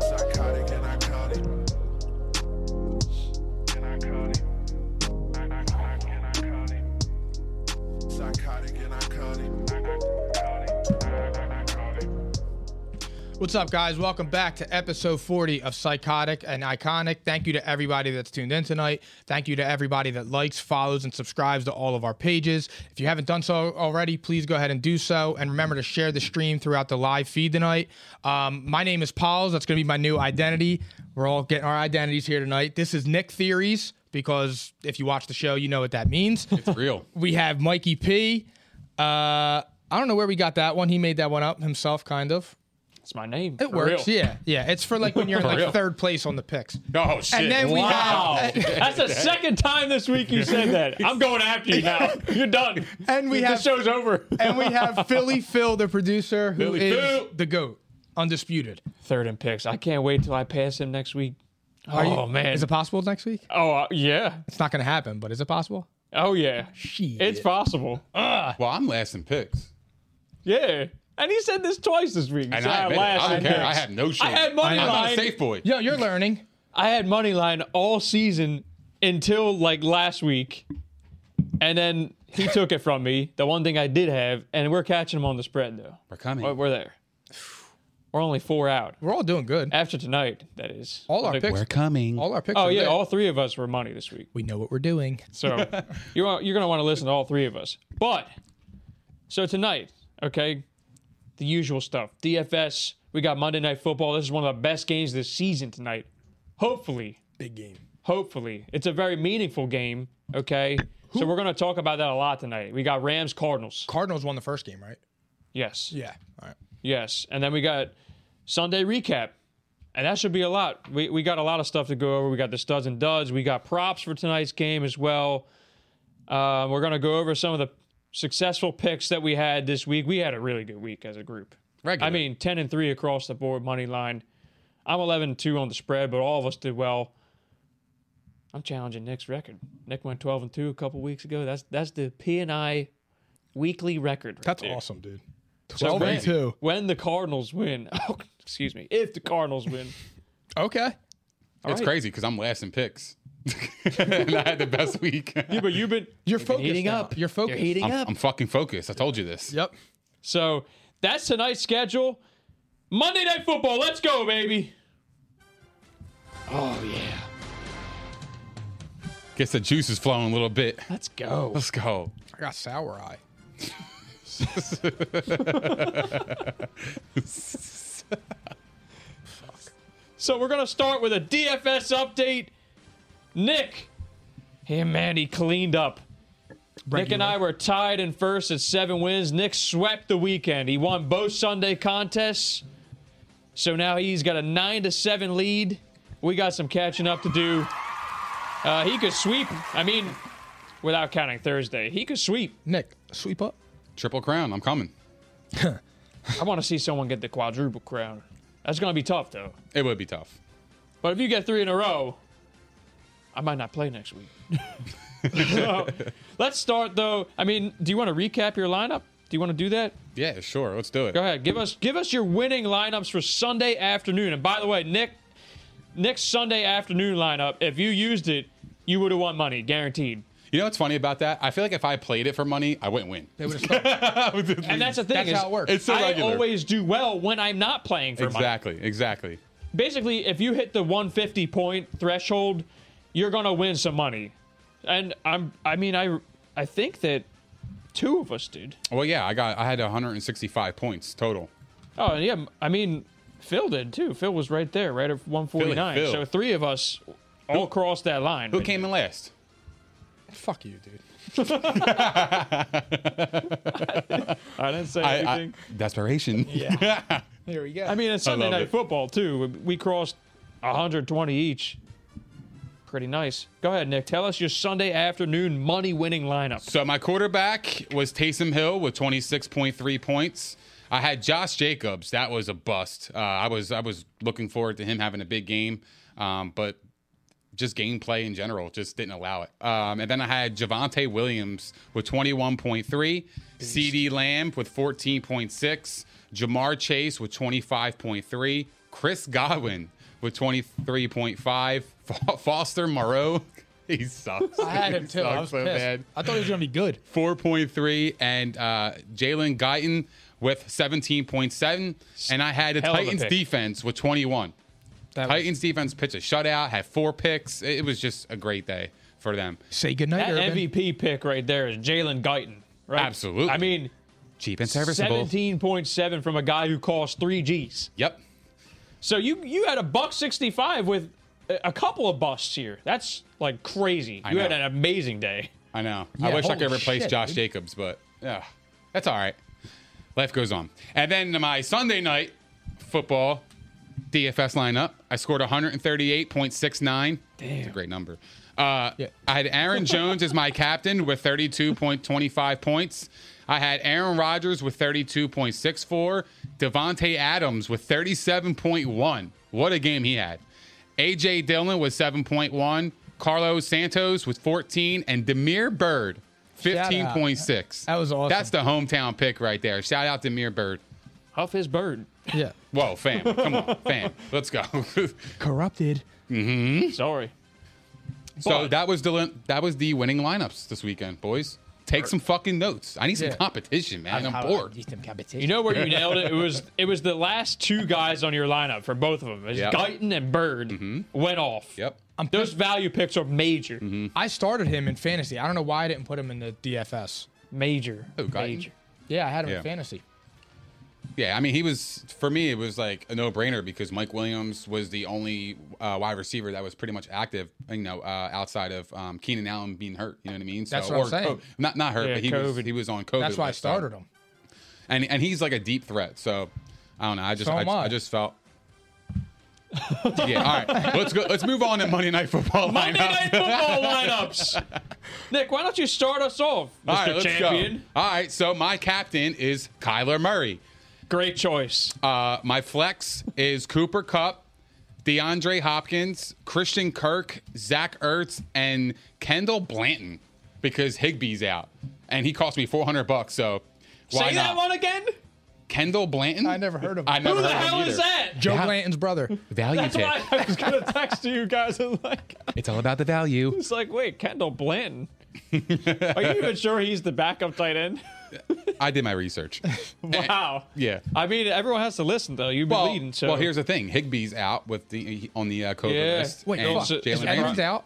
Psychotic and iconic. And iconic. Iconic and iconic. Psychotic and iconic. Iconic. What's up, guys? Welcome back to episode 40 of Psychotic and Iconic. Thank you to everybody that's tuned in tonight. Thank you to everybody that likes, follows, and subscribes to all of our pages. If you haven't done so already, please go ahead and do so. And remember to share the stream throughout the live feed tonight. Um, my name is Pauls. That's going to be my new identity. We're all getting our identities here tonight. This is Nick Theories, because if you watch the show, you know what that means. Real. We have Mikey P. Uh, I don't know where we got that one. He made that one up himself, kind of. It's my name. It works. Yeah, yeah. It's for like when you're in like real. third place on the picks. Oh shit. And then we wow. have- That's the second time this week you said that. I'm going after you now. You're done. And we this have- show's over. And we have Philly Phil, the producer, who is Philly Phil. the goat, undisputed. Third in picks. I can't wait till I pass him next week. Are you- oh man. is it possible next week? oh uh, yeah. It's not going to happen, but is it possible? Oh yeah. Shit. It's possible. Well, I'm last in picks. Yeah. And he said this twice this week. He And said, I, admit it. last I don't in care. picks." I have no shame. I had money I'm not a line. safe boy. Yo, you're learning. I had money line all season until like last week, and then he took it from me. The one thing I did have, and we're catching him on the spread though. We're coming. We're, we're there. We're only four out We're all doing good. after tonight. That is All our Like, picks. We're coming. All our picks. Oh are yeah, there. all three of us were money this week. we know what we're doing. So you're you're gonna want to listen to all three of us. But so tonight, okay, the usual stuff. DFS. We got Monday Night Football. This is one of the best games this season tonight. Hopefully, Big game. hopefully, it's a very meaningful game. Okay, so we're gonna talk about that a lot tonight. We got Rams Cardinals. Cardinals won the first game, right? Yes, Yeah. All right. yes, and then we got Sunday recap. And that should be a lot. We, we got a lot of stuff to go over. We got the studs and duds. We got props for tonight's game as well. Um, we're going to go over some of the successful picks that we had this week. We had a really good week as a group. Regular. I mean, 10 and 3 across the board, money line. I'm 11 and 2 on the spread, but all of us did well. I'm challenging Nick's record. Nick went 12 and 2 a couple weeks ago. That's that's the P&I weekly record. right That's there. awesome, dude. So 12 and when- 2. When the Cardinals win, oh, excuse me, if the Cardinals win, Okay. it's right. crazy because I'm last in picks. and I had the best week. I'm, but you've been You're you've been focused. heating now. up. You're focused. heating up. I'm fucking focused. I told you this. Yep. So that's tonight's schedule. Monday Night Football. Let's go, baby. Oh yeah, Guess the juice is flowing a little bit. let's go. Let's go. I got sour eye. So we're gonna start with a DFS update. Nick, hey man, he cleaned up. Nick and I were tied in first at seven wins. Nick swept the weekend. He won both Sunday contests. So now he's got a nine to seven lead. We got some catching up to do. Uh, he could sweep. I mean, without counting Thursday, he could sweep. Nick, sweep up. Triple crown. I'm coming. I want to see someone get the quadruple crown. That's gonna be tough though. It would be tough. But if you get three in a row, I might not play next week. So, let's start though. I mean, do you want to recap your lineup? Do you want to do that? Yeah, sure. Let's do it. Go ahead. Give us give us your winning lineups for Sunday afternoon. And by the way, Nick Nick's Sunday afternoon lineup, if you used it, you would have won money, guaranteed. You know what's funny about that? I feel like if I played it for money, I wouldn't win. They would have stopped. And that's the thing That's is how it works. It's so I regular. always do well when I'm not playing for money. exactly. Exactly. basically if you hit the 150 point threshold, you're gonna win some money. And I'm I mean I I think that two of us did. Well, yeah, I got I had 165 points total. Oh yeah, I mean Phil did too. Phil was right there, right at 149. Philly, Phil. Oh. So three of us all crossed that line. Who came in last? Fuck you, dude. I didn't say I, I anything. desperation. Here we go. I, mean, it's Sunday love night it. football too. We crossed 120 each. Pretty nice. Go ahead, Nick. Tell us your Sunday afternoon money winning lineup. So my quarterback was Taysom Hill with 26.3 points. I had Josh Jacobs. That was a bust. Uh, I was I was looking forward to him having a big game, um, but just gameplay in general just didn't allow it. Um, and then I had Javante Williams with 21.3, CD Lamb with 14.6, Jamar Chase with 25.3, Chris Godwin with 23.5, Fo- Foster Moreau. He sucks. I had him He too. I sucks was so pissed. bad I thought he was gonna be good. 4.3 and uh, Jalen Guyton with 17.7. And I had the Hell of a Titans pick. defense with 21. That was- Titans defense pitched a shutout, had four picks. It it was just a great day for them. Say goodnight, That Urban. MVP pick right there is Jalen Guyton, right? Absolutely. I mean, Cheap and serviceable. 17.7 from a guy who costs three G's. Yep. So you you had a buck 65 with a a couple of busts here. That's like crazy. you had know. an amazing day. I know. Yeah, I wish I holy could replace shit, Josh dude. Jacobs, but yeah, that's all right. Life goes on. And then my Sunday night football DFS lineup, I scored 138.69. Damn. That's a great number. Uh, Yeah. I had Aaron Jones as my captain with 32.25 points. I had Aaron Rodgers with 32.64. Devontae Adams with 37.1. What a game he had. AJ Dillon with 7.1. Carlos Santos with 14. And Demir Bird, out. 15.6. That was awesome. That's the hometown pick right there. Shout out Demir Bird. Huff his bird. Yeah. Whoa, fam. Come on, fam. Let's go. Corrupted. Sorry. So that was the that was the winning lineups this weekend, boys. Take some fucking notes. I need some Yeah. competition, man. I'm bored. You know where you nailed it? It was it was the last two guys on your lineup for both of them. It was Yep. Mm-hmm. Guyton and Bird went off. Yep. Mm-hmm. Those value picks are major. I started him in fantasy. I don't know why I didn't put him in the DFS. Major. Who, Guyton? major. Yeah, I had him Yeah. in fantasy. Yeah, I mean, he was for me. It was like a no-brainer because Mike Williams was the only uh, wide receiver that was pretty much active. You know, uh, outside of um, Keenan Allen being hurt. You know what I mean? So, That's what I'm saying. co- not not hurt, Yeah, but he was COVID. he was on COVID. That's why I list, so- started him. And and he's like a deep threat. So I don't know. I just So I, am just- I. I just felt. yeah. All right. Let's go. Let's move on to Monday Night Football. Monday lineup. Night Football lineups. Nick, why don't you start us off, Mr. All right, let's Champion? go. All right, so my captain is Kyler Murray. Great choice. Uh, my flex is Cooper Cup, DeAndre Hopkins, Christian Kirk, Zach Ertz, and Kendall Blanton because Higby's out, and he cost me four hundred bucks. So why Say not? that one again. Kendall Blanton. I never heard of I him. never Who the heard of him hell is either. that? Joe Blanton's brother. Value That's pick. why I was gonna text to you guys and like It's all about the value. it's like wait Kendall Blanton. Are you even sure he's the backup tight end? I did my research. Wow. Yeah. I mean, everyone has to listen though. You've been Well, leading. So well, here's the thing. Higby's out with the on the uh, COVID Yeah. list. Wait, and fuck. Jalen Is Ramsey. Evans out?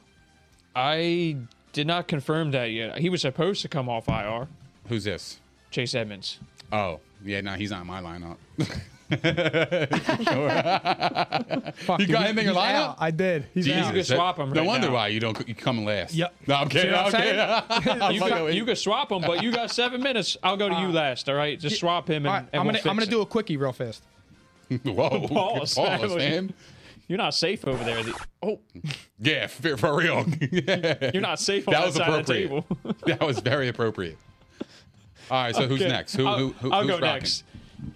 I did not confirm that yet. He was supposed to come off IR. Who's this? Chase Edmonds. Oh, yeah, no, he's not in my lineup. Fuck, You dude, got he- him in your he's lineup? out. I did. He's Jesus, You out. could swap that- him No right wonder now. why you don't. You come last. Yep. No, I'm kidding. what I'm I'm kidding. I'm You, fucking got, with Uh, you you. could swap him, but you got seven minutes. I'll go to you last. All right, just swap him and, All right, I'm and we'll gonna fix I'm gonna it. do a quickie real fast. Whoa, good Balls, balls, man. man. You're not safe over there. Oh, Yeah, for, for real. you're not safe on That that, was side of the appropriate. table. that was very appropriate. All right, so who's Okay. next? Who, I'll, who, who, I'll who's go rocking? next.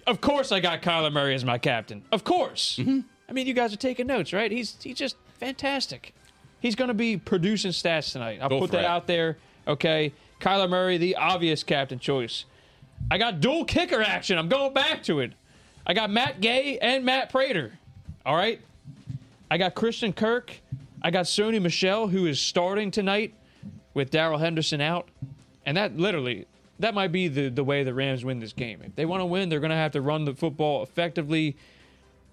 Of course, I got Kyler Murray as my captain. Of course. Mm-hmm. I mean, you guys are taking notes, right? He's he's just fantastic. He's going to be producing stats tonight. I'll Go put for that it. out there. Okay, Kyler Murray, the obvious captain choice. I got dual kicker action. I'm going back to it. I got Matt Gay and Matt Prater. All right. I got Christian Kirk. I got Sony Michelle, who is starting tonight with Daryl Henderson out. And that literally, that might be the, the way the Rams win this game. If they want to win, they're going to have to run the football effectively.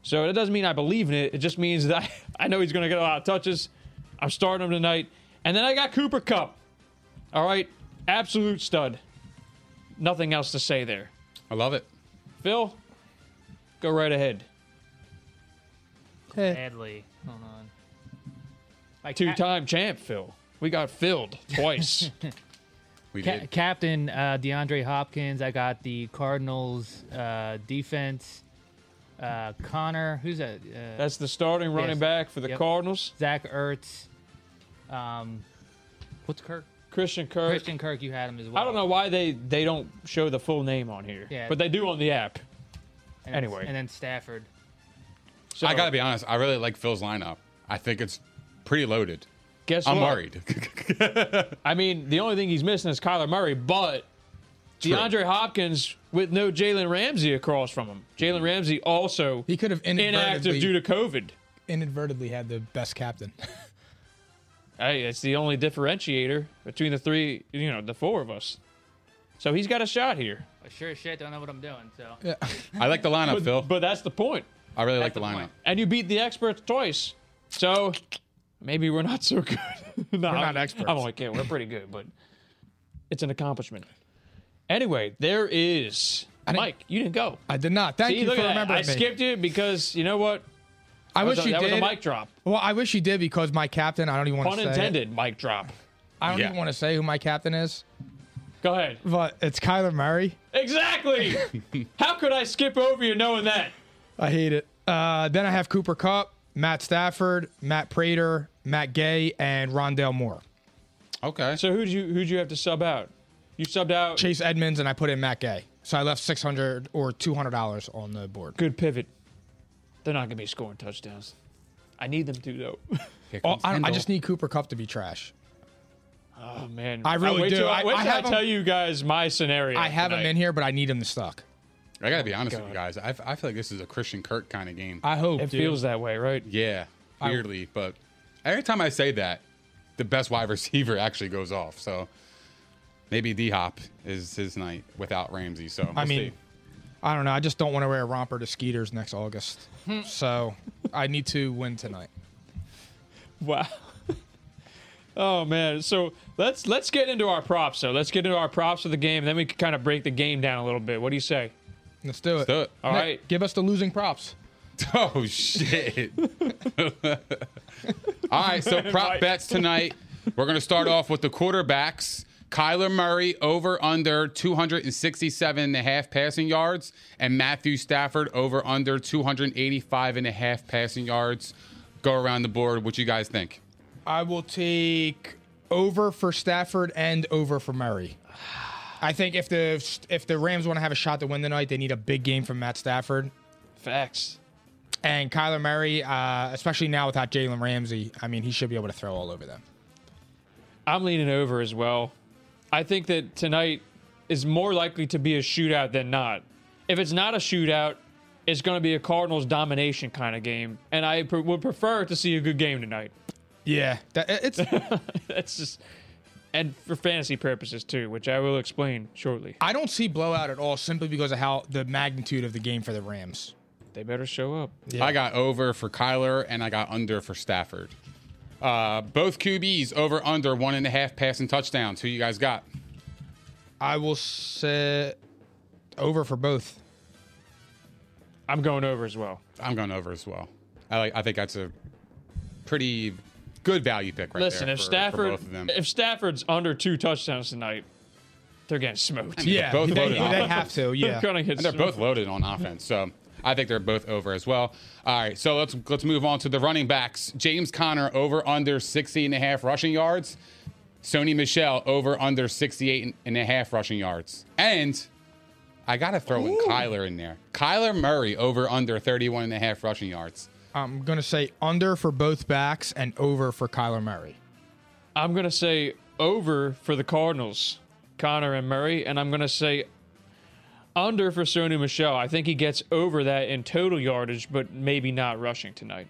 So that doesn't mean I believe in it. It just means that I, I know he's going to get a lot of touches. I'm starting him tonight. And then I got Cooper Cup. All right. Absolute stud. Nothing else to say there. I love it. Phil, go right ahead. Badly. Hold on. My Two ca- time champ, Phil. We got filled twice. We ca- did. captain uh, DeAndre Hopkins. I got the Cardinals uh, defense. Uh, Connor, who's that? Uh, That's the starting running Yes. back for the Yep. Cardinals. Zach Ertz. Um, what's Kirk? Christian Kirk. Christian Kirk. You had him as well. I don't know why they, they don't show the full name on here, Yeah. but they do on the app. And then- anyway. and then Stafford. So I gotta be honest. I really like Phil's lineup. I think it's pretty loaded. guess I'm what? worried. I mean, the only thing he's missing is Kyler Murray, but DeAndre Hopkins with no Jalen Ramsey across from him. Jalen Ramsey also He could have inactive inadvertently- due to COVID. Inadvertently had the best captain. Hey, it's the only differentiator between the three, you know, the four of us. So he's got a shot here. I sure as shit don't know what I'm doing. So I like the lineup, Phil. But that's the point. I really like the, the lineup. point. And you beat the experts twice. So maybe we're not so good. no, we're not experts. I'm only kidding. We're pretty good, but it's an accomplishment. Anyway, there is. didn't- Mike, you didn't go. I did not. Thank See, you for look at that. remembering I me. skipped it because you know what? I That wish was a, you that did. was a mic drop. Well, I wish you did because my captain. I don't even want to Pun say. it. intended. Mic drop. I don't Yeah. even want to say who my captain is, Go ahead. but it's Kyler Murray. Exactly. How could I skip over you knowing that? I hate it. Uh, then I have Cooper Cup, Matt Stafford, Matt Prater, Matt Gay, and Rondell Moore. Okay. So who'd you who'd you have to sub out? You subbed out. Chase Edmonds, and I put in Matt Gay. So I left six hundred or two hundred dollars on the board. Good pivot. They're not gonna be scoring touchdowns. I need them to though. Here Oh, comes I, I Kendall. just need Cooper Cup to be trash. Oh man, I really wait do. Till, I- wait I till I have 'em- tell you guys my scenario. I have him tonight. in here, but I need him to suck. I gotta be honest with you guys. I, I feel like this is a Christian Kirk kind of game. I hope. It dude. feels that way, right? yeah, weirdly, but every time I say that, the best wide receiver actually goes off. So maybe D Hop is his night without Ramsey. So I we'll mean, see. I don't know. I just don't want to wear a romper to Skeeters next August. so I need to win tonight. Wow. oh man. So let's let's get into our props though. Let's get into our props of the game. Then we can kind of break the game down a little bit. What do you say? Let's do it. do it. All Nick, right. Give us the losing props. Oh shit! All right, so prop bets tonight. We're gonna start off with the quarterbacks. Kyler Murray over under 267 and a half passing yards, and Matthew Stafford over under 285 and a half passing yards. Go around the board. What you guys think? I will take over for Stafford and over for Murray. I think if the if the Rams want to have a shot to win tonight, they need a big game from Matt Stafford Facts. and Kyler Murray, uh, especially now without Jalen Ramsey. I mean, he should be able to throw all over them. I'm leaning over as well. I think that tonight is more likely to be a shootout than not. If it's not a shootout, it's going to be a Cardinals domination kind of game, and I pr- would prefer to see a good game tonight. Yeah, that, it- it's. That's just and for fantasy purposes too, which I will explain shortly. I don't see blowout at all, simply because of how the magnitude of the game for the Rams. They better show up. I got over for Kyler and I got under for Stafford. Uh, both QBs over under one and a half passing touchdowns. Who you guys got? I will say over for both. I'm going over as well. I'm going over as well. I like. I think that's a pretty good value pick right Listen, there. if for- for Stafford both of them. if Stafford's under two touchdowns tonight, they're getting smoked. Yeah, both they, voted on. they have to. Yeah, They're gonna get and they're smoked. both loaded on offense, so I think they're both over as well. All right, so let's let's move on to the running backs. James Conner over under 60 and a half rushing yards. Sony Michelle over under 68 and a half rushing yards. And I got to throw in Kyler in there. Kyler Murray over under 31 and a half rushing yards. I'm gonna say under for both backs and over for Kyler Murray. I'm gonna say over for the Cardinals, Connor and Murray, and I'm gonna say under for Sony Michelle. I think he gets over that in total yardage, but maybe not rushing tonight.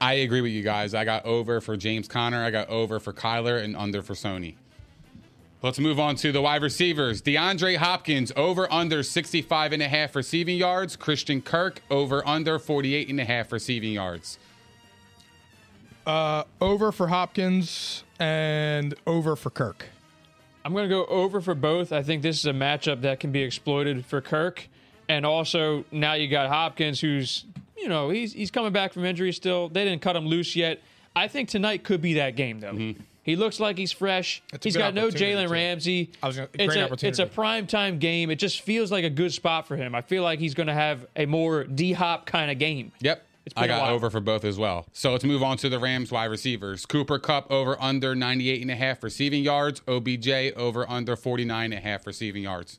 I agree with you guys. I got over for James Conner. I got over for Kyler and under for Sony. Let's move on to the wide receivers. DeAndre Hopkins over under 65 and a half receiving yards. Christian Kirk over under 48 and a half receiving yards. Over for Hopkins and over for Kirk. I'm going to go over for both. I think this is a matchup that can be exploited for Kirk. And also, now you got Hopkins, who's, you know, he's, he's coming back from injury still. They didn't cut him loose yet. I think tonight could be that game, though. He looks like he's fresh. It's a he's good got no opportunity, Jalen too. Ramsey. I was gonna- it's, great a, it's a opportunity. prime time game. It just feels like a good spot for him. I feel like he's going to have a more D hop kind of game. Yep. It's been I a got while. over for both as well. So let's move on to the Rams wide receivers. Cooper Cup over under 98 and a half receiving yards. OBJ over under 49 and a half receiving yards.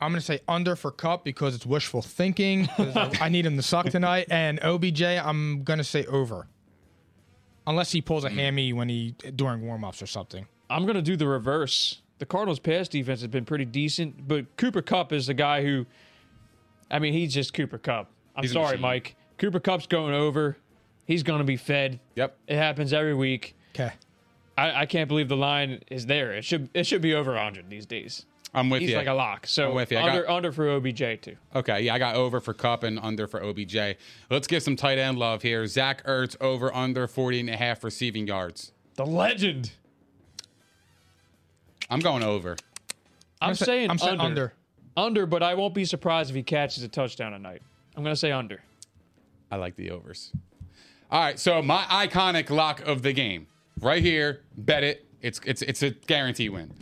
I'm going to say under for Cup because it's wishful thinking. 'cause I need him to suck tonight. And OBJ, I'm going to say over. Unless he pulls a hammy when he during warm-ups or something. I'm going to do the reverse. The Cardinals' pass defense has been pretty decent, but Cooper Cup is the guy who, I mean, he's just Cooper Cup. I'm a sorry, machine. Mike. Cooper Cup's going over. He's going to be fed. Yep. It happens every week. Okay. I, I can't believe the line is there. It should it should be over 100 these days. I'm with He's you. like a lock. So I'm with you. I under got- under for OBJ too. Okay, yeah, I got over for Cup and under for OBJ. Let's give some tight end love here. Zach Ertz over under 40 and a half receiving yards. The legend. I'm going over. I'm, sa- saying I'm saying under. Under, but I won't be surprised if he catches a touchdown tonight. I'm going to say under. I like the overs. All right, so my iconic lock of the game right here. Bet it. It's it's it's a guarantee win.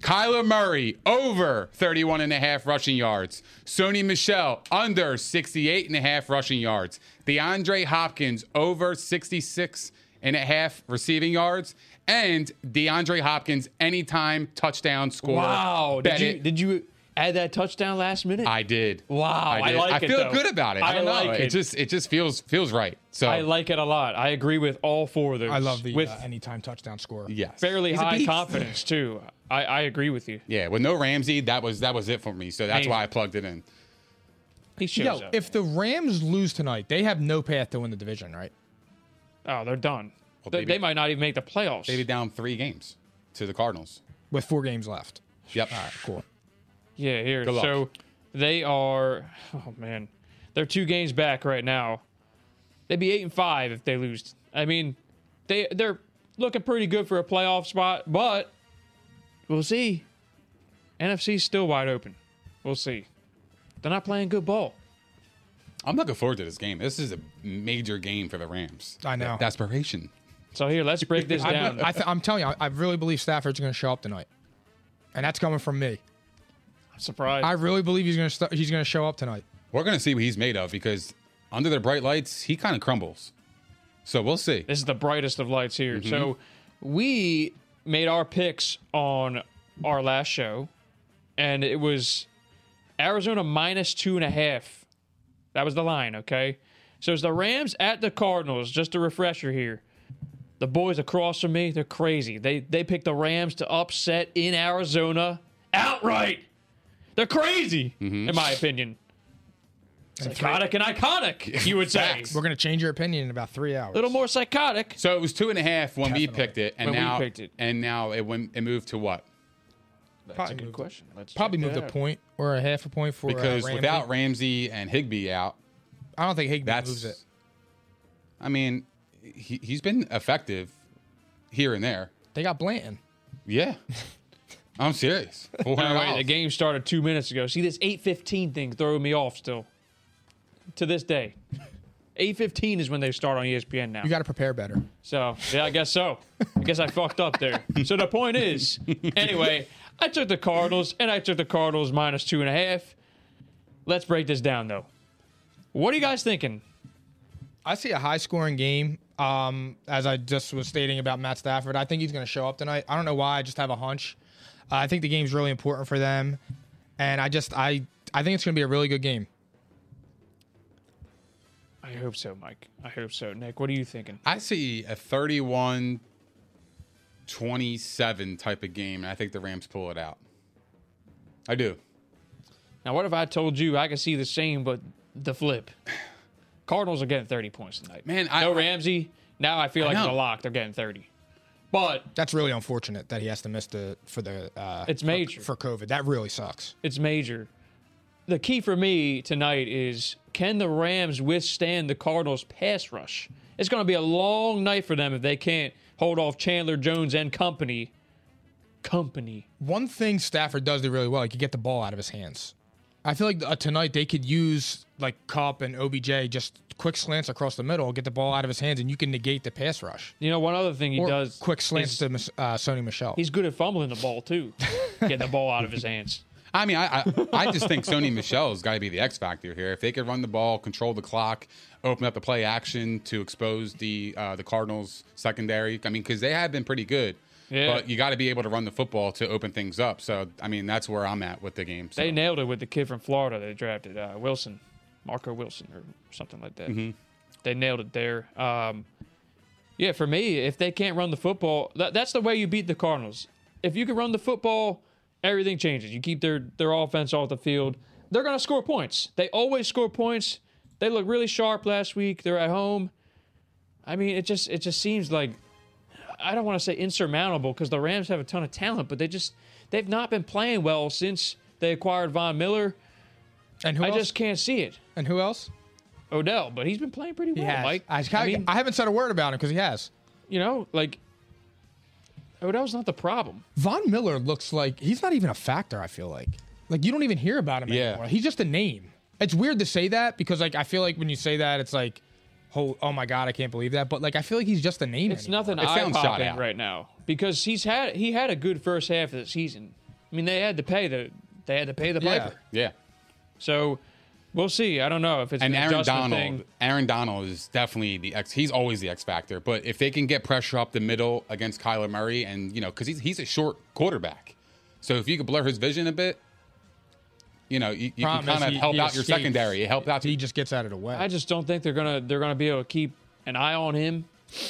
Kyler Murray over 31 and a half rushing yards. Sony Michelle under 68 and a half rushing yards. DeAndre Hopkins over 66 and a half receiving yards. And DeAndre Hopkins anytime touchdown score. Wow. Did Bet you it. did you add that touchdown last minute? I did. Wow, I did. like I it, feel though. good about it. I, I don't know. like it. it. just it just feels feels right. So I like it a lot. I agree with all four of those. I love the with uh, anytime touchdown score. yes. fairly He's a high beast. confidence too. I, I agree with you. Yeah, with no Ramsey, that was that was it for me. So that's Amazing. why I plugged it in. He shows Yo, up. if the Rams lose tonight, they have no path to win the division, right? oh, they're done. Well, They- maybe- they, might not even make the playoffs. They down three games to the Cardinals. With four games left. Yep. All right, cool. Yeah, here. Good luck. So they are. Oh man, they're two games back right now. They'd be eight and five if they lose. I mean, they they're looking pretty good for a playoff spot, but we'll see. NFC's still wide open. We'll see. They're not playing good ball. I'm looking forward to this game. This is a major game for the Rams. I know. Desperation. So here, let's break this down. I'm, I th- I'm telling you, I, I really believe Stafford's going to show up tonight, and that's coming from me. Surprise. I really believe he's going to st- he's going to show up tonight. We're gonna see what he's made of because under the bright lights, he kind of crumbles. So we'll see. This is the brightest of lights here. So we made our picks on our last show, and it was Arizona minus two and a half. That was the line, okay? So it's the Rams at the Cardinals. Just a refresher here. The boys across from me, they're crazy. They they picked the Rams to upset in Arizona outright. They're crazy, in my opinion. Psychotic and iconic, you would say. Facts. We're going to change your opinion in about three hours. A little more psychotic. So it was two and a half when we picked it, and When we now picked it. and now it went it moved to what? That's a Probably good moved- question. Let's Probably check moved that a out. point or a half a point for uh, Because Ramsey. without Ramsey and Higby out, I don't think Higby that's moves it. I mean, he, he's been effective here and there. They got Blanton. Yeah. I'm serious. All right, $400. the game started two minutes ago. See this eight fifteen thing throwing me off still. To this day, eight fifteen is when they start on E ESPN now. You got to prepare better. so yeah, I guess so. I guess I fucked up there. So the point is, anyway, I took the Cardinals and I took the Cardinals minus two and a half. Let's break this down though. What are you guys thinking? I see a high scoring game. Um, as I just was stating about Matt Stafford, I think he's going to show up tonight. I don't know why. I just have a hunch. Uh, I think the game's really important for them, and I just I I think it's going to be a really good game. I hope so, Mike. I hope so, Nick. What are you thinking? I see a 31 27 type of game, and I think the Rams pull it out. I do. Now, what if I told you I could see the same, but the flip? Cardinals are getting 30 points tonight. Man, I- no I- Ramsey. Now I feel I like it's a know. lock. They're getting 30. But That's really unfortunate that he has to miss the for the uh, It's for- major. for COVID. That really sucks. it's major. The key for me tonight is can the Rams withstand the Cardinals' pass rush? It's going to be a long night for them if they can't hold off Chandler Jones and company. Company. one thing Stafford does do really well, he could get the ball out of his hands. I feel like uh, tonight they could use like Cup and OBJ just quick slants across the middle, get the ball out of his hands, and you can negate the pass rush. You know, one other thing he or does quick slants is to Mis- uh, Sony Michelle. He's good at fumbling the ball too, getting the ball out of his hands. I mean, I I, I just think Sony Michelle's got to be the X factor here. If they could run the ball, control the clock, open up the play action to expose the uh, the Cardinals secondary. I mean, because they have been pretty good. Yeah. But you got to be able to run the football to open things up. So I mean, that's where I'm at with the game. So. They nailed it with the kid from Florida. They drafted uh, Wilson, Marco Wilson, or something like that. Mm-hmm. They nailed it there. Um, yeah, for me, if they can't run the football, that, that's the way you beat the Cardinals. If you can run the football, everything changes. You keep their their offense off the field. They're gonna score points. They always score points. They look really sharp last week. They're at home. I mean, it just it just seems like I don't want to say insurmountable because the Rams have a ton of talent, but they just they've not been playing well since they acquired Von Miller. and who I else? just can't see it. and who else? Odell, but he's been playing pretty well, Mike. I, I mean, haven't said a word about him because he has. you know, like Odell's not the problem. Von Miller looks like he's not even a factor. I feel like like you don't even hear about him Yeah. anymore. He's just a name. It's weird to say that because like I feel like when you say that, it's like, oh, oh my god, I can't believe that. But like I feel like he's just a name. It's anymore. nothing It eye sounds shot popping out. right now because he's had he had a good first half of the season. I mean, they had to pay the they had to pay the Yeah. piper. yeah. So we'll see. I don't know if it's And an Aaron adjustment Donald, thing. Aaron Donald is definitely the X. He's always the X factor. But if they can get pressure up the middle against Kyler Murray, and you know, because he's he's a short quarterback, so if you could blur his vision a bit, you know, you, you can Problem is kind of he- help he out your escapes. secondary. It helped out. He just gets out of the way. I just don't think they're gonna they're gonna be able to keep an eye on him.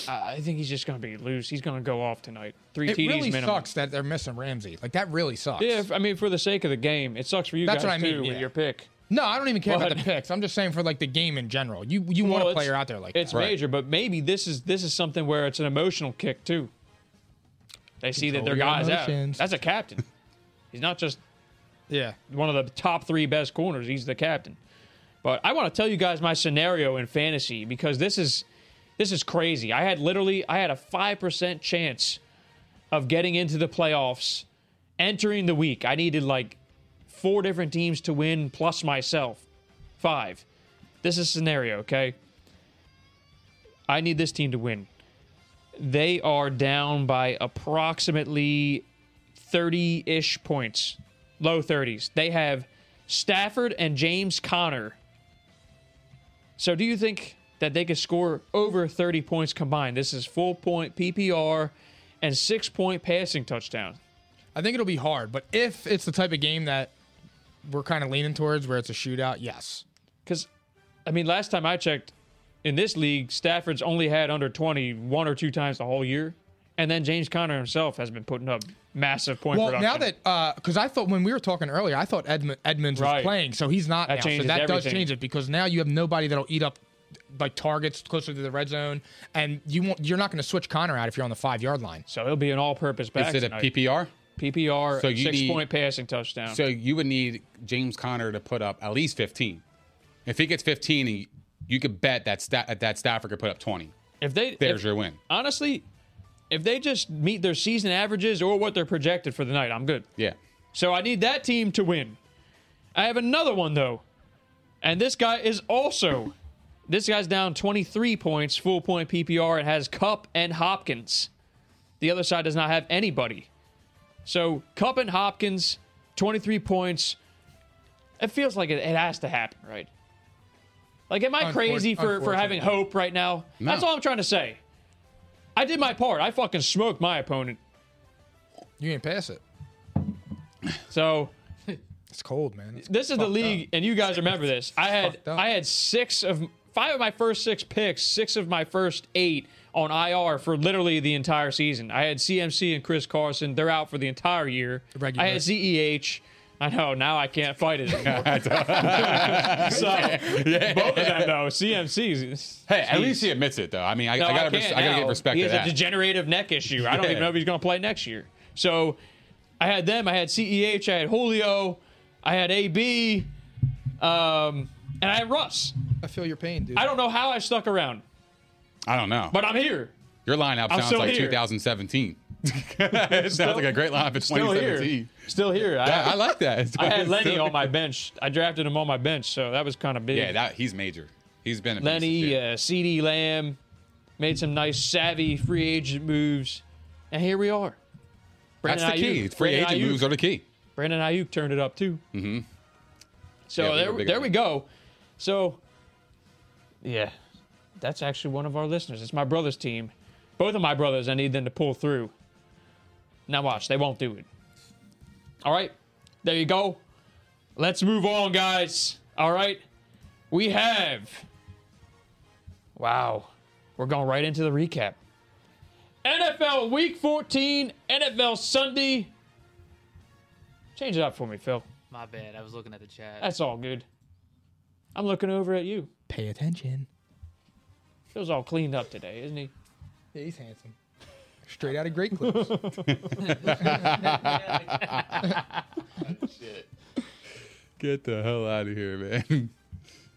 I, I think he's just gonna be loose. He's gonna go off tonight. Three it TDs really minimum. sucks that they're missing Ramsey. Like that really sucks. Yeah, if- I mean for the sake of the game, it sucks for you That's guys what I mean, too with yeah. your pick. No, I don't even care But- about the picks. I'm just saying for like the game in general. You you want Well, a it's- player out there like it's that. major, but maybe this is this is something where it's an emotional kick too. They see that their Control your guys out. emotions. That's a captain. He's not just Yeah. one of the top three best corners. He's the captain. But I want to tell you guys my scenario in fantasy because this is this is crazy. I had literally I had a five percent chance of getting into the playoffs entering the week. I needed like four different teams to win plus myself. Five. This is scenario, okay? I need this team to win. They are down by approximately 30 ish points, low 30s. They have Stafford and James Conner. So, do you think that they could score over 30 points combined? This is full point PPR and six point passing touchdown. I think it'll be hard, but if it's the type of game that we're kind of leaning towards where it's a shootout, yes. Because, I mean, last time I checked in this league, Stafford's only had under 20 one or two times the whole year. And then James Conner himself has been putting up massive point Well, production. now that because I thought when we were talking earlier, I thought Edm- Edmonds Right. was playing, so he's not That now. changes so that does everything. change it because now you have nobody that'll eat up like targets closer to the red zone, and you won't. You're not going to switch Connor out if you're on the five yard line. so he'll be an all-purpose back Is it a tonight. PPR? PPR, So you six-point passing touchdown. So you would need James Conner to put up at least 15. If he gets 15, and you- you could bet that Sta- that Stafford could put up 20. if they There's if- your win. honestly, if they just meet their season averages or what they're projected for the night, I'm good. Yeah. So I need that team to win. I have another one though. And this guy is also this guy's down 23 points, full point PPR, and has Cup and Hopkins. The other side does not have anybody. So Cup and Hopkins, 23 points. It feels like it, it has to happen, right? Like, am I Unfor- crazy for, for having unfortunately. hope right now? No. That's all I'm trying to say. I did my part. I fucking smoked my opponent. You ain't pass it. So It's cold, man. It's this is the fucked league, up. and you guys remember this. I had fucked up. I had six of five of my first six picks, six of my first eight on IR for literally the entire season. I had CMC and Chris Carson; they're out for the entire year. Regular. I had ZEH. I know now I can't fight it anymore. so both of them though, CMC's. Hey, at least he admits it though. I mean, I, No, I gotta, res- can't I gotta now. get respect He to has that. a degenerative neck issue. I don't Yeah. even know if he's going to play next year. So I had them. I had Ceh. I had Julio. I had AB. Um, and I had Russ. I feel your pain, dude. I don't know how I stuck around, I don't know, but I'm here. your lineup I'm sounds still like here. 2017. it sounds like a great lineup in Still 2017. here. Still here. I, Yeah, I like that. It's I had Lenny still- on my bench. I drafted him on my bench, so that was kind of big. Yeah, that he's major. He's been a beast this Lenny, year. uh, CD Lamb, made some nice savvy free agent moves, and here we are. That's the Brandon key. Ayuk, Free Brandon agent Ayuk. moves are the key. Brandon Ayuk turned it up too. Mm-hmm. So Yeah, we were there, big there on we that. go. So, yeah, that's actually one of our listeners. It's my brother's team. Both of my brothers, I need them to pull through. Now watch, they won't do it. All right, there you go. Let's move on, guys. All right, we have. Wow, we're going right into the recap. NFL Week 14, NFL Sunday. Change it up for me, Phil. My bad. I was looking at the chat. That's all good. I'm looking over at you. pay attention. Phil's all cleaned up today, isn't he? Yeah, he's handsome. Straight out of Great Clips. Get the hell out of here, man.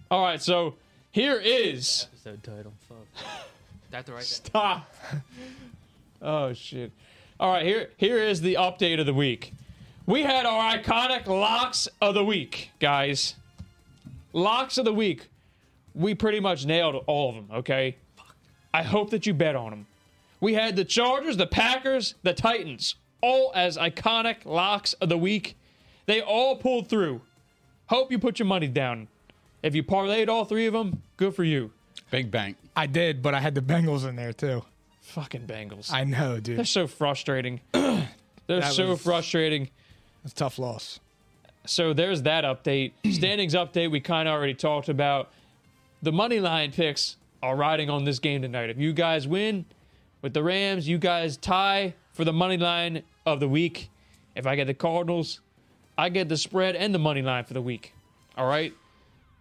All right, so here is. Episode title. Fuck. That's the right. Stop. oh shit. All right, here here is the update of the week. We had our iconic locks of the week, guys. Locks of the week. We pretty much nailed all of them, okay? I hope that you bet on them. We had the Chargers, the Packers, the Titans, all as iconic locks of the week. They all pulled through. Hope you put your money down. If you parlayed all three of them, good for you. Big bank. I did, but I had the Bengals in there too. Fucking Bengals. I know, They're dude. so frustrating. They're That so was- frustrating. It's a tough loss. So there's that update. Standings update we kind of already talked about. The money line picks are riding on this game tonight. If you guys win with the Rams, you guys tie for the money line of the week. If I get the Cardinals, I get the spread and the money line for the week. All right.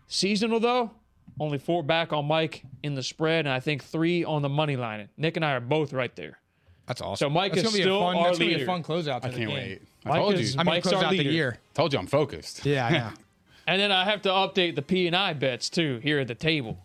Seasonal though, only four back on Mike in the spread, and I think three on the money line. Nick and I are both right there. That's awesome. So Mike That's is gonna be still a fun, our that's gonna be leader. a fun closeout. To I the can't game. wait. I Mike told you. is- I mean, Mike's our close out the leader. year. told you I'm focused. Yeah, I know. And then I have to update the P and I bets too here at the table.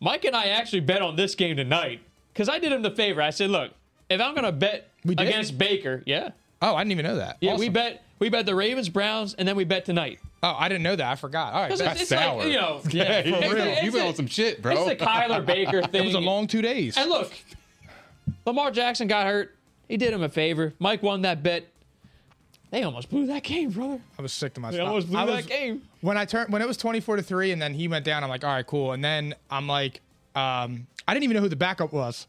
Mike and I actually bet on this game tonight because I did him the favor. I said, "Look, if I'm gonna bet We did? against Baker, yeah, Oh, I didn't even know that. yeah, we Awesome. bet we bet the Ravens, Browns, and then we bet tonight. Oh, I didn't know that. I forgot. All right, Because that's- it's, That's it's like sour. you know, yeah, for it's- real. it's- You been on some shit, bro. It's the Kyler Baker thing. It was a long two days. And look, Lamar Jackson got hurt. He did him a favor. Mike won that bet. They almost blew that game, brother. I was sick to my They stomach. almost blew I that was- game. when I turned when it was 24 to 3 and then he went down I'm like all right cool and then I'm like um I didn't even know who the backup was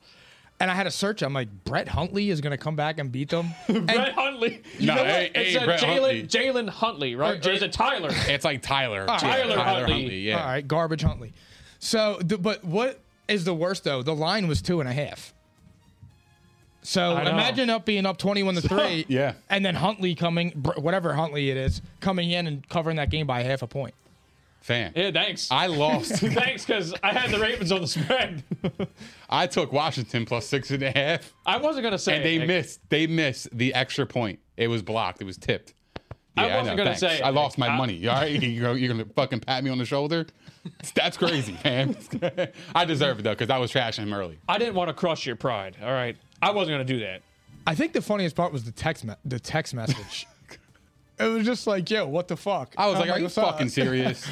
and I had a search I'm like Brett Huntley is going to come back and beat them And- Brett Huntley. You No, know what? hey, it's hey, a Brett Huntley. Jalen Jalen Huntley, right? Or, Or is J- it Tyler? It's like Tyler. too. Tyler Huntley. Yeah. all right garbage Huntley so the, but what is the worst though the line was two and a half so I know. imagine up being up 21 to 3 yeah. and then Huntley coming Br- whatever Huntley it is coming in and covering that game by half a point Fan. yeah, thanks. I lost. Thanks, because I had the Ravens on the spread. I took Washington plus six and a half, I wasn't gonna say and they it, Nick. missed. They missed the extra point. It was blocked. It was tipped. Yeah, I wasn't know, gonna thanks. say it, I lost Nick. my I- money. All right, you're, gonna- you're gonna fucking pat me on the shoulder. That's crazy, man. I deserve it though because I was trashing him early. I didn't want to crush your pride. All right, I wasn't gonna do that. I think the funniest part was the text me- the text message. it was just like, yo, what the fuck? I was I'm Oh like, "Are you "What's up?" fucking serious?"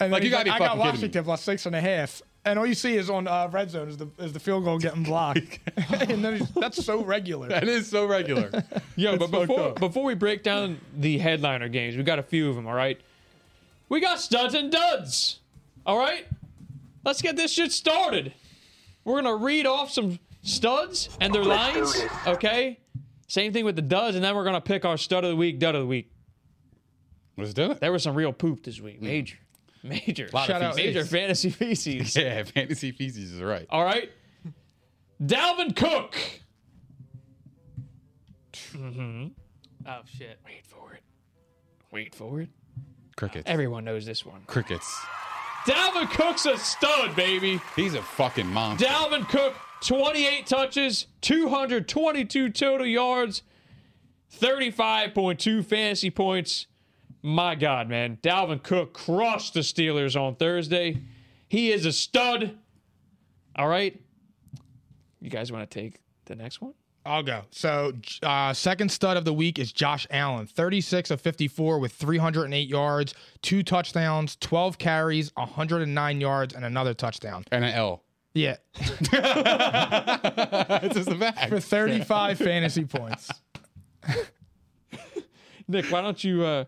And like, then you he's gotta be I got fucking kidding me." Washington plus six and a half, and all you see is on uh, red zone is the is the field goal getting blocked, and then he's- that's so regular. That is so regular. Yo, but fucked before up. before we break down the headliner games, we got a few of them. All right, we got studs and duds. All right, let's get this shit started. We're gonna read off some studs and their lines. Okay, same thing with the duds, and then we're gonna pick our stud of the week, dud of the week. Let's do it. There was some real poop this week, major, major, Lot of Shout out major Major. fantasy feces. Yeah, fantasy feces is right. All right. Dalvin Cook. Oh shit. Oh, Wait for it. wait for it. Crickets. Everyone knows this one. Crickets. Dalvin Cook's a stud, baby. He's a fucking monster. Dalvin Cook, 28 touches, 222 total yards, 35.2 fantasy points. My God, man. Dalvin Cook crushed the Steelers on Thursday. He is a stud. All right. You guys want to take the next one? I'll go. So, uh, second stud of the week is Josh Allen, 36 of 54 with 308 yards, two touchdowns, 12 carries, 109 yards, and another touchdown. And an L. Yeah, That's just a fact. for 35 fantasy points. Nick, why don't you uh,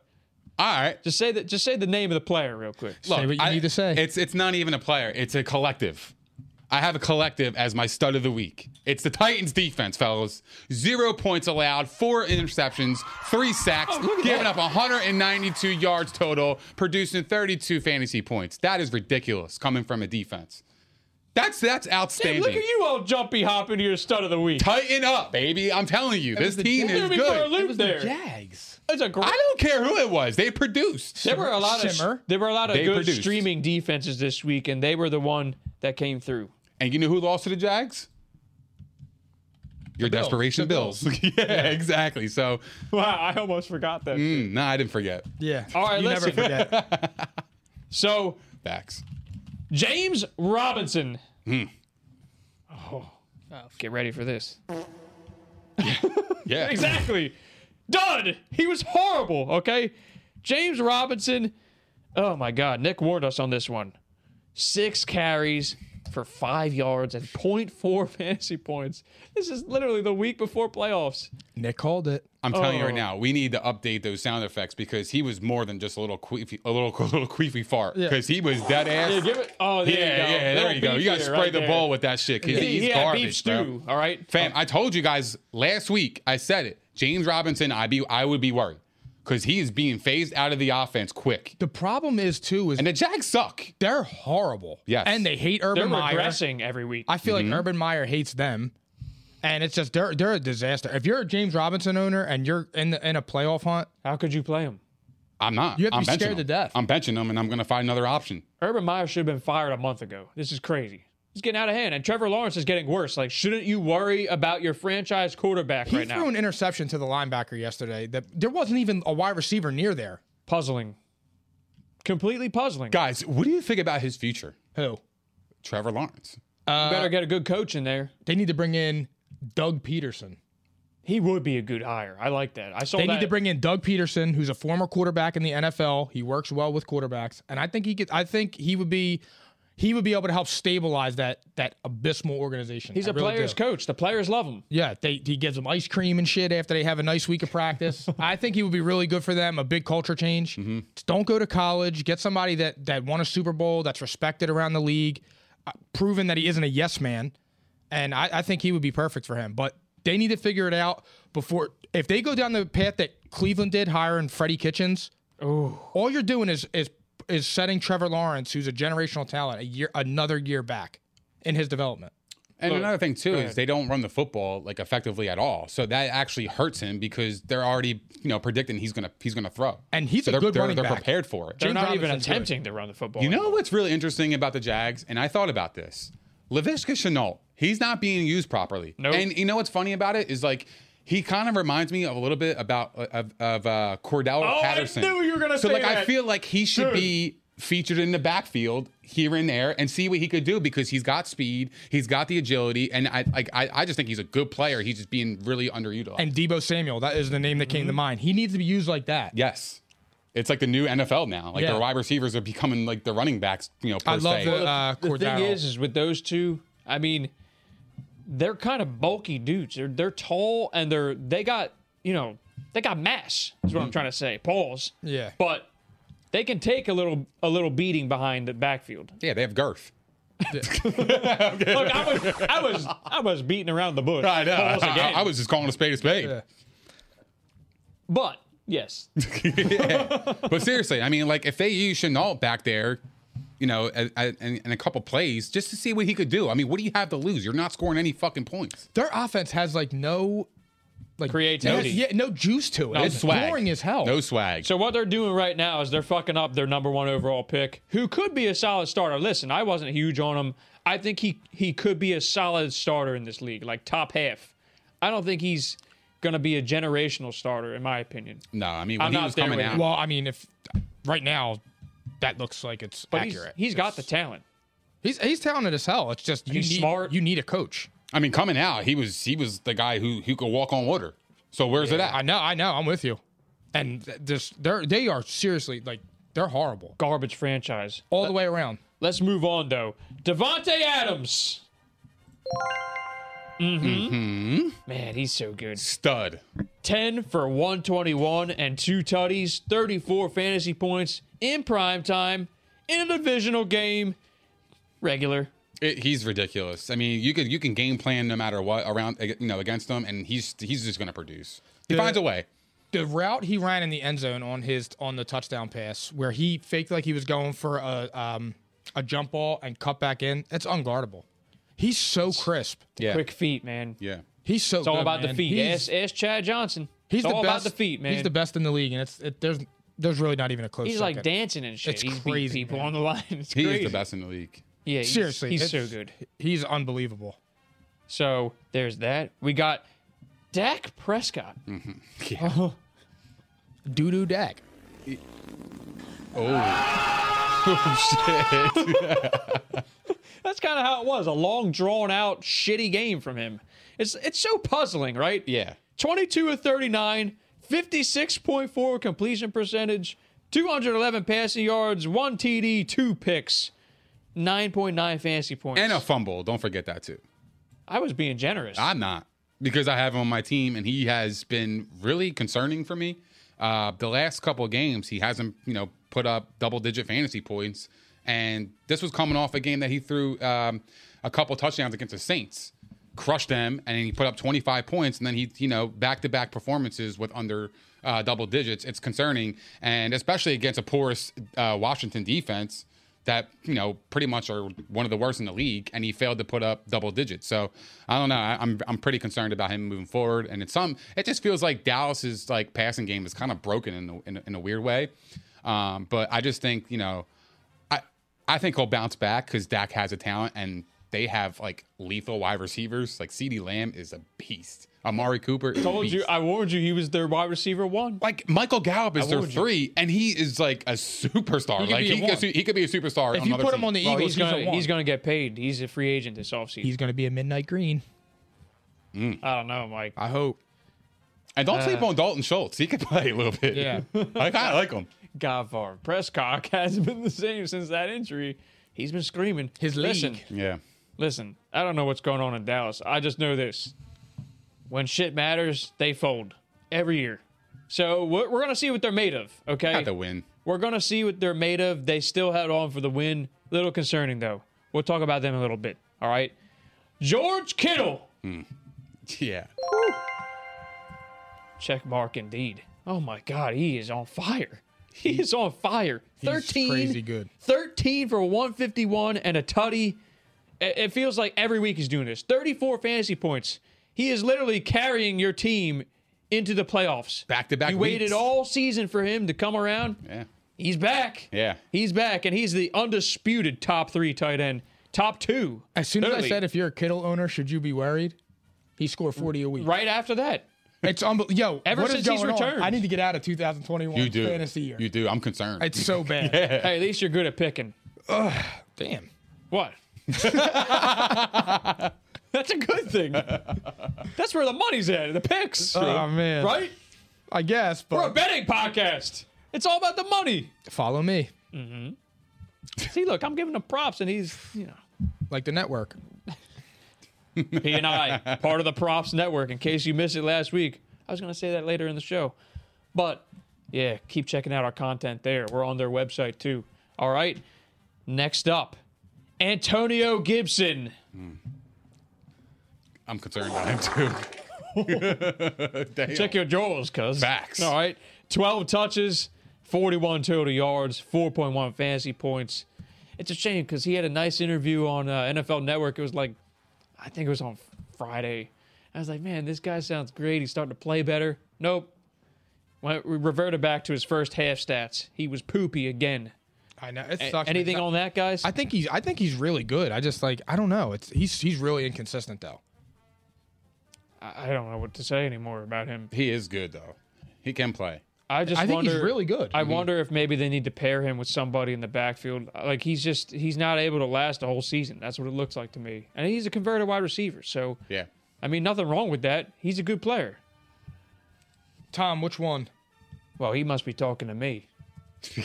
All right. just say that? Just say the name of the player real quick. Say what you need to say. It's it's not even a player. It's a collective. I have a collective as my stud of the week. It's the Titans defense, fellas. Zero points allowed, four interceptions, three sacks, look at giving that. up 192 yards total, producing 32 fantasy points. That is ridiculous coming from a defense. That's that's Hey, outstanding. look at you all jumpy hopping to your stud of the week. Tighten up, baby. I'm telling you, this was the team You're is gonna be for a good. loop there. Jags. It's a great. I don't care who it was. They produced. There were a lot of Simmer. there were a lot of They good produced. streaming defenses this week, and they were the one that came through. And you know who lost to the Jags? Your Bills. desperation The bills. yeah, exactly. So, Wow, I almost forgot that. mm, no, I didn't forget. Yeah. All right, you listen. never forget. So Facts. James Robinson. Hmm. Oh, get ready for this. Yeah. Exactly, dud. He was horrible. Okay, James Robinson. Oh my God, Nick warned us on this one. Six carries for five yards and 0.4 fantasy points. This is literally the week before playoffs. Nick called it. I'm telling you right Oh. now, we need to update those sound effects because he was more than just a little queefy, a little, a little queefy fart. Because he was dead ass. Yeah, give it. Oh, there yeah, you go. yeah, Little there you go. beef You got to there, spray right the there. ball with that shit because He, he's he had garbage, beef bro. stew. All right, Fam, I told you guys last week. I said it. James Robinson, I be, I would be worried because he is being phased out of the offense quick. The problem is, too, is And the Jags suck. they're horrible. Yes. And they hate they're Urban Meyer. regressing every week. I feel like Urban Meyer hates them, and it's just they're they're a disaster. If you're a James Robinson owner and you're in the, in a playoff hunt, How could you play him? I'm not. You have to I'm be benching scared him. to death. I'm benching them, and I'm going to find another option. Urban Meyer should have been fired a month ago. This is crazy. It's getting out of hand, and Trevor Lawrence is getting worse. Like, shouldn't you worry about your franchise quarterback he right threw now? an interception to the linebacker yesterday. That there wasn't even a wide receiver near there. puzzling, completely puzzling. Guys, what do you think about his future? Who? Trevor Lawrence. you better get a good coach in there. They need to bring in Doug Peterson. He would be a good hire. I like that. I saw They that. need to bring in Doug Peterson, who's a former quarterback in the NFL. He works well with quarterbacks, and I think he could. I think he would be. He would be able to help stabilize that that abysmal organization. He's a a player's coach. The players love him. Yeah, they, he gives them ice cream and shit after they have a nice week of practice. I think he would be really good for them. A big culture change. Just Don't go to college. Get somebody that that won a Super Bowl, that's respected around the league, uh, proven that he isn't a yes man. And I, I think he would be perfect for him. But they need to figure it out before. If they go down the path that Cleveland did, hiring Freddie Kitchens, all you're doing is is is setting Trevor Lawrence, who's a generational talent, a year another year back in his development. And another thing too ahead. is they don't run the football like effectively at all. So that actually hurts him because they're already, you know, predicting he's gonna he's gonna throw. And he's so a they're, good they're, running they're back. prepared for it. They're not even Robinson's good. attempting to run the football. You know what's really interesting about the Jags, and I thought about this. Laviska Chenault, he's not being used properly. Nope. And you know what's funny about it is like he kind of reminds me of a little bit about of, of uh, Cordell Oh, I Patterson. knew you were gonna so say like I that. feel like he should be featured in the backfield here and there and see what he could do because he's got speed, he's got the agility, and I like I, I just think he's a good player. He's just being really underutilized. and Debo Samuel. That is the name that came Mm-hmm. to mind. He needs to be used like that. yes. It's like the new NFL now. Like Yeah. the wide receivers are becoming like the running backs, you know, per I love se. the uh, the thing Cordero. is, is with those two, I mean, they're kind of bulky dudes. They're they're tall and they're they got you know they got mass. Is what I'm trying to say. Pause. Yeah. But they can take a little a little beating behind the backfield. yeah, they have girth. Look, I was I was I was beating around the bush. I know. Pause I, again. I was just calling a spade a spade. But yes, But seriously, I mean, like if they use Chenault back there, you know, a- a- in in a couple plays, just to see what he could do. I mean, what do you have to lose? You're not scoring any fucking points. Their offense has like no like Creativity. No, yeah, no juice to it. No it's swag. boring as hell. No swag. So what they're doing right now is they're fucking up their number one overall pick, who could be a solid starter. Listen, I wasn't huge on him. I think he he could be a solid starter in this league, like top half. I don't think he's gonna be a generational starter, in my opinion. no, I mean when I'm he not was there coming with out, it. Well, I mean, if right now that looks like it's But he's- accurate. he's got the talent. he's he's talented as hell. It's just you He's need smart. you need a coach. I mean coming out, he was he was the guy who who could walk on water. So where's it at? I know, I know, I'm with you. And th- this they're they are seriously like they're horrible Garbage franchise. all the way around. Let's move on though. Devonte Adams. Mm-hmm. Man, he's so good. Stud. 10 for 121 and two tutties, 34 fantasy points in prime time in a divisional game. Regular. It, he's ridiculous. I mean, you could you can game plan no matter what around you know against him, and he's he's just gonna produce. He finds a way. The route he ran in the end zone on his on the touchdown pass where he faked like he was going for a um a jump ball and cut back in, it's unguardable. He's so crisp. Yeah, Quick feet, man. yeah. He's so It's all about the feet. He's, Ask, ask Chad Johnson. he's it's the all best. about the feet, man. He's the best in the league, and it's it, there's there's really not even a close. He's second. like dancing and shit. It's he's beat crazy, people man. on the line. It's He crazy. is the best in the league. Yeah, he's, Seriously, he's so it's- good. He's unbelievable. So there's that. We got Dak Prescott. Doo doo Dak. Oh shit! That's kind of how it was. A long, drawn out, shitty game from him. It's it's so puzzling, right? yeah, 22 of 39, 56.4 completion percentage, 211 passing yards, one TD, two picks, 9.9 fantasy points. and a fumble. Don't forget that too. I was being generous. I'm not because I have him on my team, and he has been really concerning for me. Uh, the last couple of games, he hasn't you know put up double digit fantasy points, and this was coming off a game that he threw um, a couple touchdowns against the Saints, crushed them, and he put up 25 points, and then he you know back to back performances with under. Uh, double digits. It's concerning, and especially against a porous uh, Washington defense that you know pretty much are one of the worst in the league, and he failed to put up double digits. So I don't know. I, I'm I'm pretty concerned about him moving forward, and it's some. It just feels like Dallas's like passing game is kind of broken in a, in a, in a weird way. Um, but I just think you know, I I think he'll bounce back because Dak has a talent, and they have like lethal wide receivers. Like Ceedee Lamb is a beast. Amari Cooper. Is a told beast. you, I warned you he was their wide receiver one. like Michael Gallup is their warned you. three, and he is like a superstar. could like be a he one. could, he could be a superstar. If you another put team. him on the Well, Eagles, he's he's, gonna a one. he's gonna get paid. He's a free agent this offseason. He's gonna be a midnight green. I don't know, Mike. I hope. And don't sleep on Dalton Schultz. He could play a little bit. Uh, Yeah. I kind of like him. Godvar Prescott has been the same since that injury. He's been screaming. His listen, league. Yeah. listen. I don't know what's going on in Dallas. I just know this: when shit matters, they fold every year. So we're, we're gonna see what they're made of. Okay, Had to win. we're gonna see what they're made of. They still held on for the win. Little concerning though. We'll talk about them in a little bit. All right. George Kittle, Yeah. check mark indeed. Oh my God, he is on fire. He is on fire. Thirteen, crazy good. 13 for 151 and a tutty. It it feels like every week he's doing this. 34 fantasy points. He is literally carrying your team into the playoffs. Back-to-back You waited weeks. all season for him to come around. Yeah. He's back. Yeah. He's back, and he's the undisputed top three tight end, top two. As soon as I Literally, said, if you're a Kittle owner, should you be worried? He scored 40 a week. Mm. right after that, It's unbelievable. Yo, Ever what is since he's going on? returned. I need to get out of 2021 You do. fantasy year. You do. I'm concerned. it's so bad. hey, at least you're good at picking. Damn. What? That's a good thing. That's where the money's at, the picks. Oh man. Right? I guess, but We're a betting podcast. It's all about the money. follow me, See, look, I'm giving him props, and he's, you know, like the network. he and I, part of the props network. In case you missed it last week, I was going to say that later in the show, but yeah, keep checking out our content there. We're on their website too. All right. Next up, Antonio Gibson. I'm concerned about him too. Damn. Check your drawers, cuz. Facts. All right. 12 touches, 41 total yards, 4.1 fantasy points. It's a shame because he had a nice interview on uh, NFL Network. It was like, I think it was on Friday. I was like, man, this guy sounds great. He's starting to play better. Nope. Went, we reverted back to his first half stats. He was poopy again. I know it A- sucks. anything on that? on that, guys? I think he's I think he's really good. I just like I don't know. It's he's he's really inconsistent though. I I don't know what to say anymore about him. He is good though. He can play. I just I think wonder, he's really good. Mm-hmm. I wonder if maybe they need to pair him with somebody in the backfield. Like he's just he's not able to last a whole season. That's what it looks like to me. And he's a converted wide receiver, so Yeah. I mean nothing wrong with that. He's a good player. Tom, which one? Well, he must be talking to me.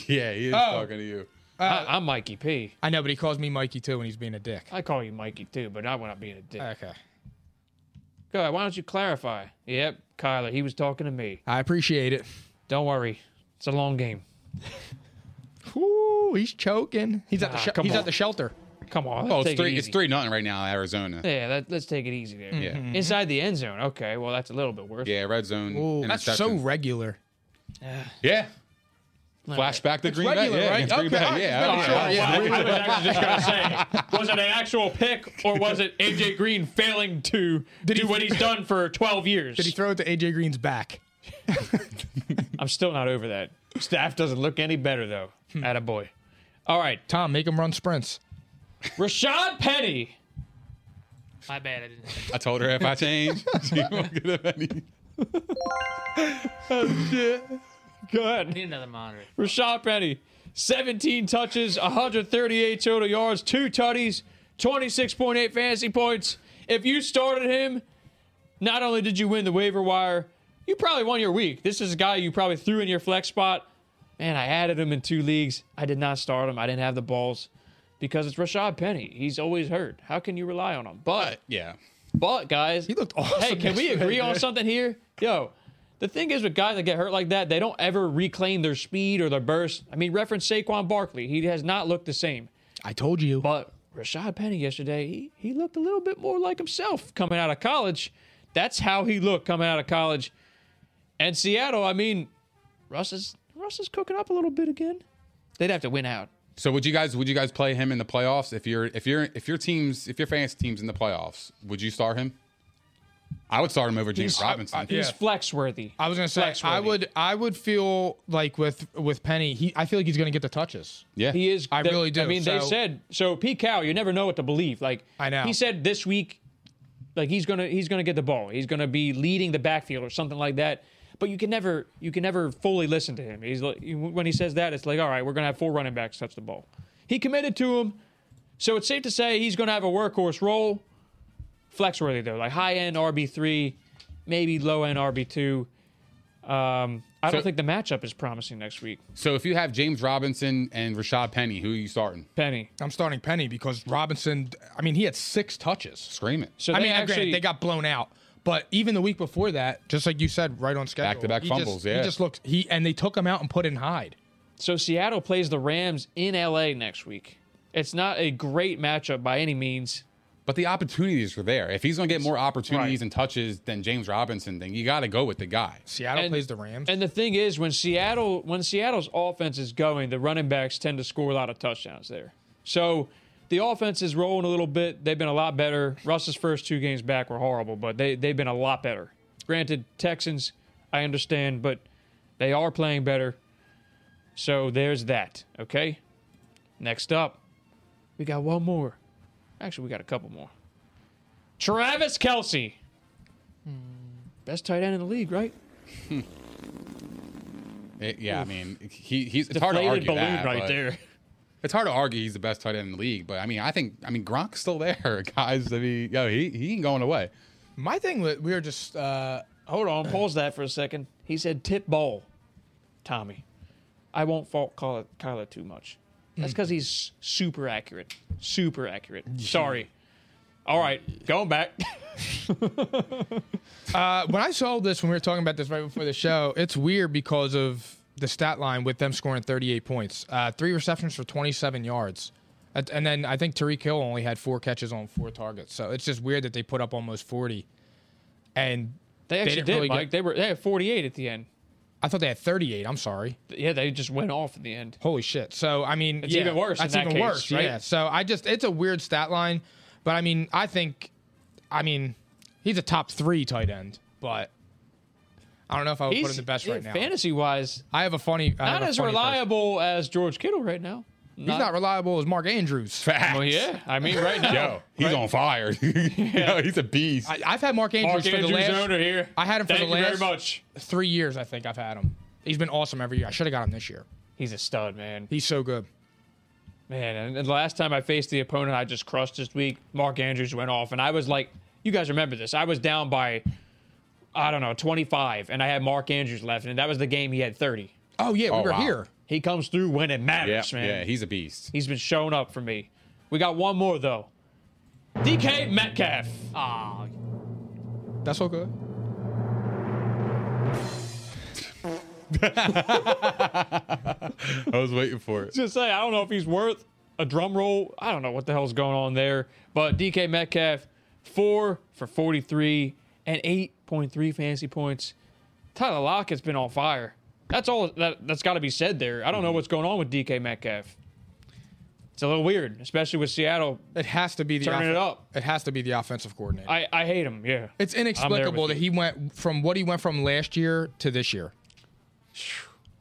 yeah, he is Oh. talking to you. I, I'm Mikey P. I know, but he calls me Mikey too when he's being a dick. I call you Mikey too, but not when I'm being a dick. Okay. Go ahead. Why don't you clarify? Yep, Kyler. He was talking to me. I appreciate it. Don't worry. It's a long game. Whoo, he's choking. He's at the Ah, sh- come he's on. at the shelter. Come on. Let's Oh, it's take three. It It's easy. three Mm-hmm. nothing right now, Arizona. Yeah. Let, let's take it easy there. Yeah. Mm-hmm. Inside the end zone. Okay. Well, that's a little bit worse. Yeah, red zone. Ooh, that's so interception. regular. Yeah. Flashback to Green Bay. regular, Yeah, right? against Green Okay, Bay. all right, just Yeah, yeah, making sure. yeah. I was actually just gonna say, was it an actual pick or was it AJ Green failing to do what he's done for 12 years? Did he throw it to AJ Green's back? I'm still not over that. Staff doesn't look any better though. Attaboy. Hmm. All right, Tom, make him run sprints. Rashad Penny. My bad. I didn't. I told her if I change, she won't get up any. Good. Need another monitor. Rashad Penny, 17 touches, 138 total yards, two tutties, 26.8 fantasy points. If you started him, not only did you win the waiver wire, you probably won your week. This is a guy you probably threw in your flex spot. Man, I added him in two leagues. I did not start him. I didn't have the balls because it's Rashad Penny. He's always hurt. How can you rely on him? But Yeah. But guys, he looked awesome Hey, can we yesterday, agree on dude. something here? Yo, the thing is with guys that get hurt like that, they don't ever reclaim their speed or their burst. I mean, reference Saquon Barkley. He has not looked the same. I told you. But Rashad Penny yesterday, he, he looked a little bit more like himself coming out of college. That's how he looked coming out of college. And Seattle, I mean, Russ is Russ is cooking up a little bit again. They'd have to win out. So would you guys would you guys play him in the playoffs if you're if you're if your teams if your fantasy teams in the playoffs would you start him? I would start him over James Robinson. He's Yeah. flex worthy. I was gonna say Flex I worthy. would I would feel like with with Penny, he I feel like he's gonna get the touches. yeah, He is. I they- really do. I mean, they So- said so. Pete Carroll, you never know what to believe. Like I know. He said this week, like he's gonna he's gonna get the ball. He's gonna be leading the backfield or something like that. But you can never you can never fully listen to him. He's like when he says that, it's like all right, we're gonna have four running backs touch the ball. He committed to him, so it's safe to say he's gonna have a workhorse role. Flex worthy though, like high end RB three, maybe low end RB two. Um, I don't So- think the matchup is promising next week. So if you have James Robinson and Rashad Penny, who are you starting? Penny. I'm starting Penny because Robinson. I mean, he had six touches. Scream it. So I they mean, actually, actually- they got blown out. But even the week before that, just like you said, right on schedule, Back-to-back he just- fumbles, yeah. he just looked he and they took him out and put in Hyde. So Seattle plays the Rams in LA next week. It's not a great matchup by any means. But the opportunities are there. If he's going to get more opportunities Right. and touches than James Robinson, then you got to go with the guy. Seattle And- plays the Rams. And the thing is when Seattle when Seattle's offense is going, the running backs tend to score a lot of touchdowns there. So the offense is rolling a little bit. They've been a lot better. Russ's first two games back were horrible, but they they've been a lot better. Granted, Texans, I understand, but they are playing better. So there's that, okay? Next up, we got one more. Actually, we got a couple more. Travis Kelsey. Hmm. Best tight end in the league, right? It- yeah, I mean, he, he's it's hard to argue balloon that, right but- there. It's hard to argue he's the best tight end in the league, but I mean, I think I mean Gronk's still there, guys. I mean, yo, he he ain't going away. My thing was we were just uh, Hold on, pause that for a second. He said tip ball, Tommy. I won't fault Kyler, Kyler too much. That's because he's super accurate. Super accurate. Sorry. All right, going back. uh, when I saw this when we were talking about this right before the show. It's weird because of the stat line with them scoring 38 points, uh, three receptions for 27 yards. And- And then I think Tariq Hill only had four catches on four targets, so it's just weird that they put up almost 40. And They actually didn't did, really get- Mike. They were they had 48 at the end. I thought they had 38. I'm sorry. Yeah, they just went off at the end. Holy shit! So I mean, It's yeah, even worse in That's that even case, worse, right? Yeah. So I just it's a weird stat line, but I mean, I think, I mean, He's a top three tight end, but I don't know if I would put him He's the best right now. fantasy wise I have a funny. I have not a as funny person. reliable as George Kittle right now. He's not reliable as Mark Andrews. Facts. Well, yeah, I mean right now. Yo, he's on fire. Yo, he's a beast. I, I've had Mark Andrews Mark for Andrews the last owner here. I had him for Thank the you last- very much. three years. I think I've had him. He's been awesome every year. I should have got him this year. He's a stud, man. He's so good. Man, and, and the last time I faced the opponent I just crushed this week, Mark Andrews went off, and I was like, you guys remember this? I was down by, I don't know, 25, and I had Mark Andrews left, and that was the game he had 30. Oh yeah, we Oh, were wow. here. He comes through when it yeah, matters, man. yeah, he's a beast. He's been showing up for me. We got one more though. DK Metcalf. Oh, That's so good. I was waiting for it. Just say I don't know if he's worth a drum roll. I don't know what the hell's going on there. But DK Metcalf, four for 43 and 8.3 fantasy points. Tyler Lockett's been on fire. That's all that, that's got to be said there. I don't know Mm-hmm. what's going on with DK Metcalf. It's a little weird, especially with Seattle. It has to be the Turning it up. It has to be the offensive coordinator. I, I hate him. Yeah. it's inexplicable that he went from what he went from last year to this year.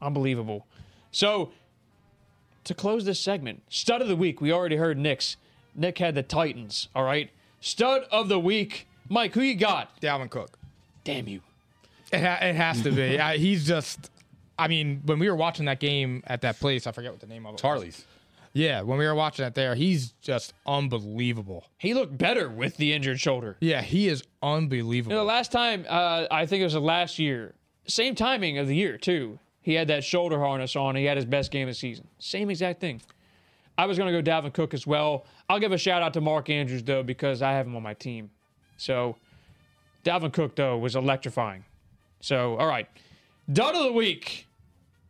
Unbelievable. So, to close this segment, stud of the week. We already heard Nick's. Nick had the Titans. All right. Stud of the week. Mike, who you got? Dalvin Cook. Damn you. It, ha- it has to be. I, he's just. I mean, when we were watching that game at that place, I forget what the name of it. was. Tarly's. Yeah, when we were watching it there, he's just unbelievable. He looked better with the injured shoulder. Yeah, he is unbelievable. You know, the last time, uh, I think it was the last year, same timing of the year, too. He had that shoulder harness on. He had his best game of the season. Same exact thing. I was going to go Dalvin Cook as well. I'll give a shout out to Mark Andrews, though, because I have him on my team. So, Dalvin Cook, though, was electrifying. So, all right. Dud of the week.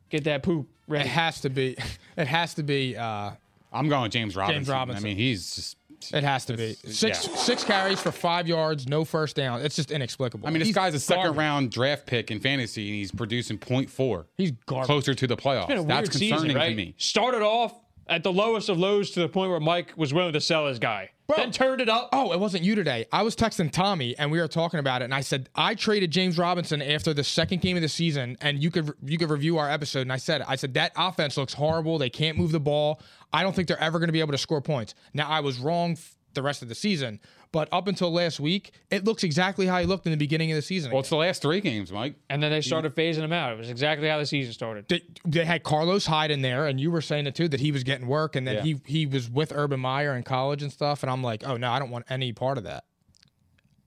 Get that poop it ready. has to be. It has to be. Uh, I'm going James Robinson. Robinson. I mean, he's just. it has to be six yeah. six carries for five yards, no first down. It's just inexplicable. I mean, this He's guy's a second garbage. round draft pick in fantasy, and he's producing 0.4. He's garbage. closer to the It's been playoffs. a That's weird season, concerning to right? me. Started off at the lowest of lows to the point where Mike was willing to sell his guy. Then turned it up. Oh, it wasn't you today. I was texting Tommy and we were talking about it, and I said I traded James Robinson after the second game of the season, and you could you could review our episode. And I said I said that offense looks horrible. They can't move the ball. I don't think they're ever going to be able to score points. Now I was wrong f- the rest of the season, but up until last week, it looks exactly how he looked in the beginning of the season. Well, it's the last three games, Mike. And then they started phasing him out. It was exactly how the season started. they, they had Carlos Hyde in there, and you were saying it too that he was getting work, and then Yeah. he he was with Urban Meyer in college and stuff. And I'm like, oh no, I don't want any part of that.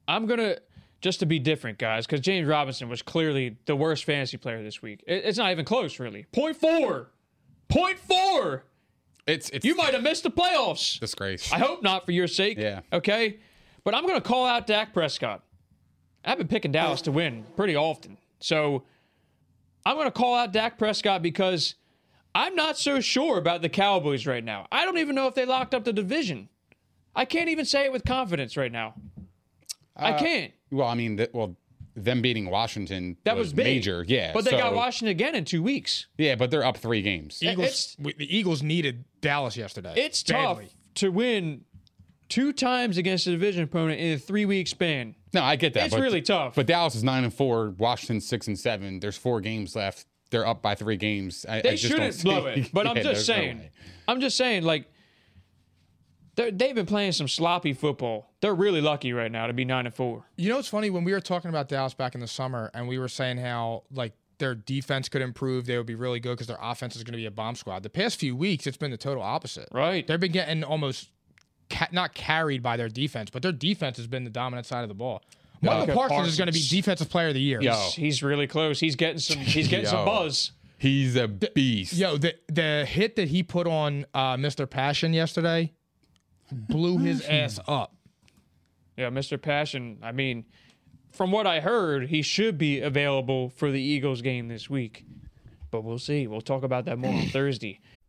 I'm gonna just to be different, guys, because James Robinson was clearly the worst fantasy player this week. It- it's not even close, really. Point four, point four. It's it's You might have missed the playoffs. disgrace. I hope not for your sake. Yeah. Okay. But I'm going to call out Dak Prescott. I've been picking Dallas to win pretty often. So I'm going to call out Dak Prescott because I'm not so sure about the Cowboys right now. I don't even know if they locked up the division. I can't even say it with confidence right now. I Uh, can't. well, I mean, th- well, them beating Washington That was, was big. major, yeah. But they got so- Washington again in two weeks. Yeah, but they're up three games. Eagles, It's- we, the Eagles needed Dallas yesterday. It's tough badly. to win two times against a division opponent in a three week span. No, I get that. It's but- really tough. But Dallas is nine and four. Washington six and seven. There's four games left. They're up by three games. I, they I just don't shouldn't see- blow it. But I'm Yeah, just there's no saying. way. I'm just saying, like, they're- they've been playing some sloppy football. They're really lucky right now to be nine and four. You know, it's funny when we were talking about Dallas back in the summer, and we were saying how like their defense could improve, they would be really good because their offense is going to be a bomb squad. The past few weeks, it's been the total opposite. Right. They've been getting almost ca- not carried by their defense, but their defense has been the dominant side of the ball. Michael Okay, Parsons, is Parsons. going to be defensive player of the year. Yo. He's really close. He's getting some. He's getting some Yo. buzz. He's a beast. Yo, the the hit that he put on uh, Mr. Passion yesterday blew his Hmm. ass up. Yeah, Mr. Passion. I mean, from what I heard, he should be available for the Eagles game this week. But we'll see. We'll talk about that more on Thursday.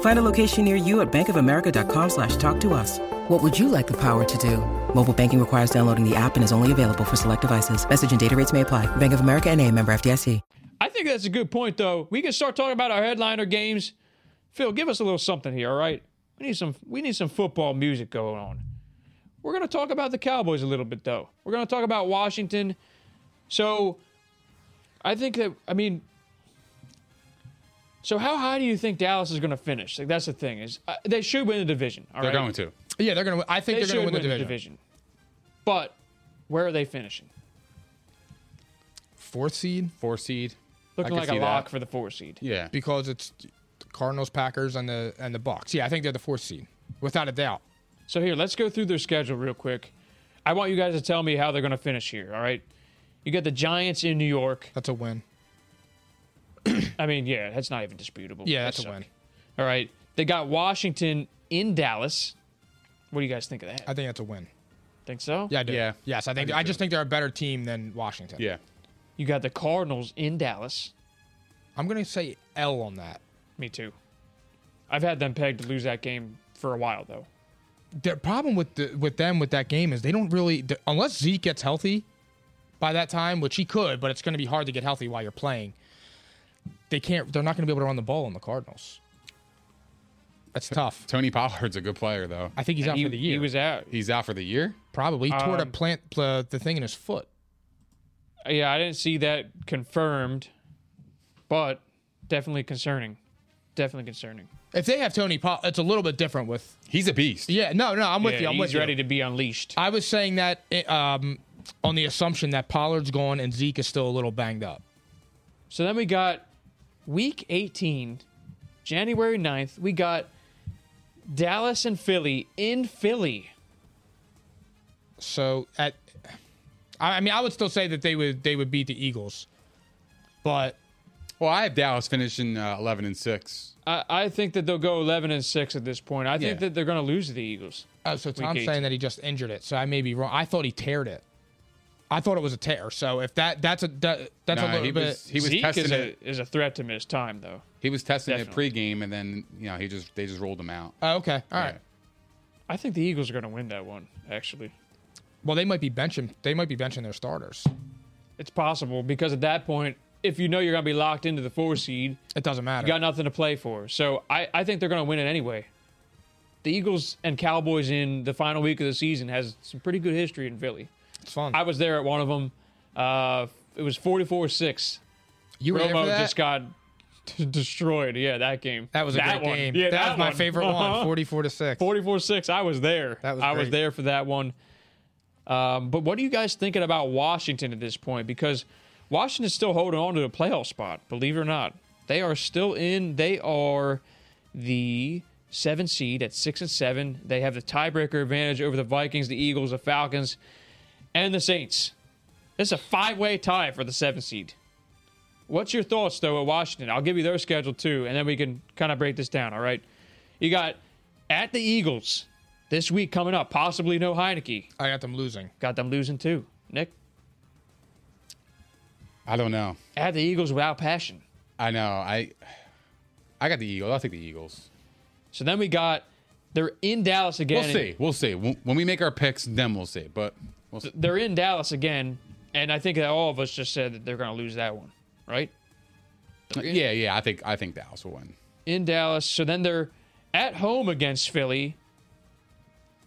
Find a location near you at bankofamerica.com slash talk to us. What would you like the power to do? Mobile banking requires downloading the app and is only available for select devices. Message and data rates may apply. Bank of America and a member FDIC. I think that's a good point, though. We can start talking about our headliner games. Phil, give us a little something here, all right? We need some we need some football music going on. We're gonna talk about the Cowboys a little bit though. We're gonna talk about Washington. So I think that I mean so how high do you think Dallas is going to finish? Like that's the thing is uh, they should win the division. All They're right? going to. Yeah, they're gonna. win- I think They are should gonna win, win, the division. But where are they finishing? Fourth seed Four seed. I Looking could like a see that. lock for the four seed. Yeah. because it's Cardinals, Packers, and the and the Bucks. Yeah, I think they're the fourth seed without a doubt. So here, let's go through their schedule real quick. I want you guys to tell me how they're going to finish here. All right. You got the Giants in New York. That's a win. I mean, yeah, that's not even disputable. Yeah, They that's a suck. win. All right. They got Washington in Dallas. What do you guys think of that? I think that's a win. think so. Yeah, I do. Yeah. Yes, I think I, just think they're a better team than Washington. Yeah. You got the Cardinals in Dallas. I'm gonna say L on that. Me too. I've had them pegged to lose that game for a while though. The problem with the with them with that game is they don't really the- unless Zeke gets healthy by that time, which he could, but it's gonna be hard to get healthy while you're playing. They can't. They're not gonna be able to run the ball on the Cardinals. That's tough. Tony Pollard's a good player though. I think he's out he, for the year. he was out. He's out for the year. Probably he tore the Um, plant pl- the thing in his foot. Yeah, I didn't see that confirmed, but definitely concerning. Definitely concerning. If they have Tony Paul, it's a little bit different with. He's a beast. Yeah, no, no, I'm with Yeah, you. I'm he's with ready you. to be unleashed. I was saying that eh, um, on the assumption that Pollard's gone and Zeke is still a little banged up. So then we got week 18, January 9th, we got Dallas and Philly in Philly. So at, I, I mean, I would still say that they would they would beat the Eagles, but Well, I have Dallas finishing uh, 11 and 6. I, I think that they'll go 11 and 6 at this point. I think Yeah. Uh, that they're going to lose to the Eagles. oh, so Tom's 18. saying that he just injured it. So I may be wrong. I thought he teared it. I thought it was a tear. So if that that's a that, that's a Nah, little he bit. was he was Zeke testing is it. a, is a threat to miss time, though. He was testing Definitely. it pregame, and then you know he just they just rolled him out. oh, okay, all right. Yeah. I think the Eagles are going to win that one, actually. Well, they might be benching. They might be benching their starters. It's possible because at that point, if you know you're going to be locked into the four seed, It doesn't matter. you got nothing to play for. So I, I think they're going to win it anyway. The Eagles and Cowboys in the final week of the season has some pretty good history in Philly. it's fun. I was there at one of them. Uh, it was 44 6. you were there Romo for that? just got destroyed. Yeah, that game. That was a that great one. game. Yeah, that, was my one. favorite Uh-huh. one, 44 to 6. 44 6. I was there. That was I was great. there for that one. Um, but what are you guys thinking about Washington at this point? Because Washington's still holding on to a playoff spot, believe it or not. They are still in. They are the seven seed at six and seven. They have the tiebreaker advantage over the Vikings, the Eagles, the Falcons, and the Saints. This is a five way tie for the seven seed. What's your thoughts, though, at Washington? I'll give you their schedule, too, and then we can kind of break this down, all right? You got at the Eagles this week coming up, possibly no Heineke. I got them losing. Got them losing, too. Nick, I don't know. at the Eagles without passion. I know. I I got the Eagles. I'll take the Eagles. So then we got, they're in Dallas again. We'll see. We'll see. When when we make our picks, then we'll see. But we'll see. They're in Dallas again, and I think that all of us just said that they're going to lose that one, right? yeah, yeah. I think I think Dallas will win. in Dallas. So then they're at home against Philly.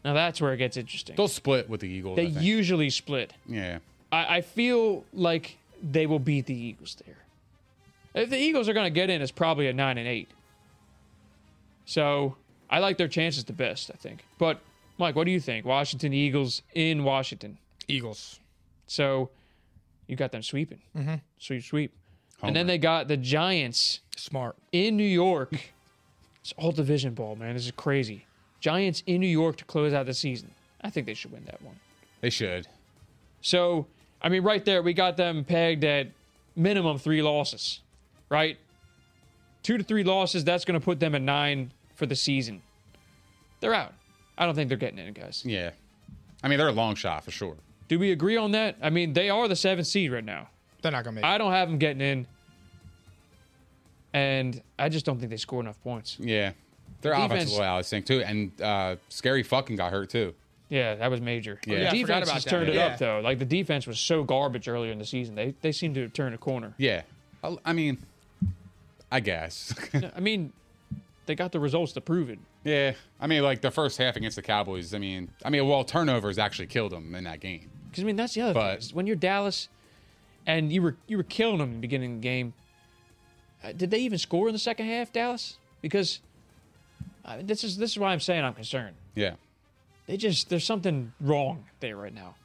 Now that's where it gets interesting. They'll split with the Eagles. They I think. usually split. yeah. I, I feel like they will beat the Eagles there. If the Eagles are going to get in, it's probably a nine and eight. So I like their chances the best, I think. But Mike, what do you think? Washington Eagles in Washington. Eagles. So you got them sweeping, mm-hmm. sweep, sweep, and then Homer. they got the Giants Smart. in New York. It's all division ball, man. This is crazy. Giants in New York to close out the season. I think they should win that one. They should. So, I mean, right there, we got them pegged at minimum three losses, right? Two to three losses, that's going to put them at nine for the season. They're out. I don't think they're getting in, guys. Yeah. I mean, they're a long shot for sure. Do we agree on that? I mean, they are the seventh seed right now. They're not going to make it. I don't have them getting in. And I just don't think they score enough points. Yeah. Their The offensive defense- well, I was saying too, and uh, scary fucking got hurt too. Yeah, that was major. Yeah, I The defense forgot about has that. turned it Yeah. up though. Like the defense was so garbage earlier in the season. They they seem to have turned a corner. Yeah, I, I mean, I guess. I mean, they got the results to prove it. yeah, I mean, like the first half against the Cowboys. I mean, I mean, well, turnovers actually killed them in that game. Because I mean, that's the other But- thing. is When you're Dallas, and you were you were killing them in the beginning of the game. uh, Did they even score in the second half, Dallas? Because uh, this is this is why I'm saying I'm concerned. Yeah. They just there's something wrong there right now.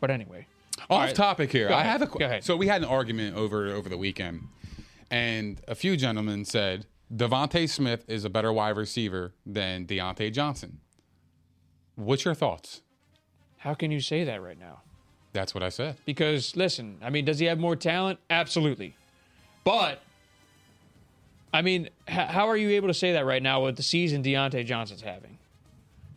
But anyway, Off right. topic here. Go I ahead. have a Go question. ahead. So we had an argument over over the weekend, and a few gentlemen said Devonte Smith is a better wide receiver than Deontay Johnson. What's your thoughts? how can you say that right now? That's what I said. Because listen, I mean, does he have more talent? Absolutely. But I mean, h- how are you able to say that right now with the season Deontay Johnson's having?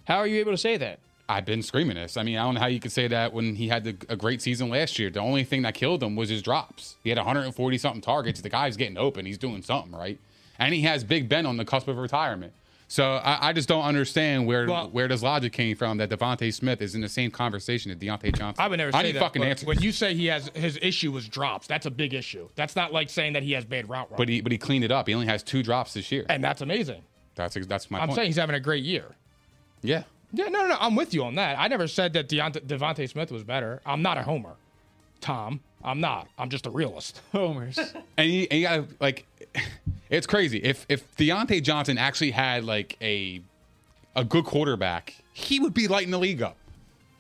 How are you able to say that? I've been screaming this. I mean, I don't know how you could say that when he had the, a great season last year. The only thing that killed him was his drops. He had 140 something targets. The guy's getting open. He's doing something right, and he has Big Ben on the cusp of retirement. So I, I just don't understand where Well- where does logic came from that Devonte Smith is in the same conversation as Deontay Johnson. I would never I say need that. fucking but answer. When you say he has his issue was drops, that's a big issue. That's not like saying that he has bad route running. but he but he cleaned it up. He only has two drops this year. and that's amazing. That's ex- that's my I'm point. saying he's having a great year. yeah. Yeah, no, no, no. I'm with you on that. I never said that Deont- Devontae Smith was better. I'm not a homer, Tom. I'm not. I'm just a realist. Homers. And you, and you gotta like, it's crazy. If if Deontay Johnson actually had like a a good quarterback, he would be lighting the league up.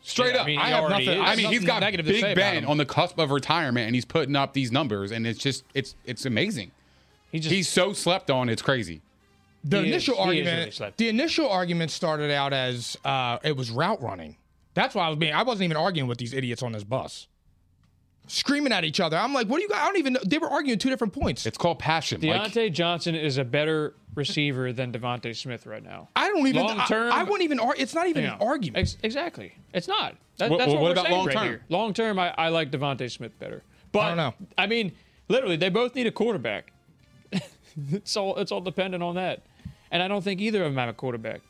Straight Yeah, I up, I, mean, he have already nothing. is. I mean, he's Nothing got negative to say Big about Ben him. on the cusp of retirement, and he's putting up these numbers, and it's just it's it's amazing. He just He's so slept on, it's crazy. The He is- initial he is really argument, slept. the initial argument started out as uh, it was route running. That's why I was being. I wasn't even arguing with these idiots on this bus, screaming at each other. I'm like, what do you guys? I don't even. know. They were arguing two different points. It's called passion. Like, Deontay Johnson is a better receiver than Devontae Smith right now. I don't even. Long term. I, I wouldn't even. Ar- it's not even an argument. Ex- exactly. It's not. That, Wha- that's wha- what, what we're about saying long right term? here. Long term, I, I like Devontae Smith better. But don't know. I mean, literally, they both need a quarterback. it's all it's all dependent on that, and I don't think either of them have a quarterback.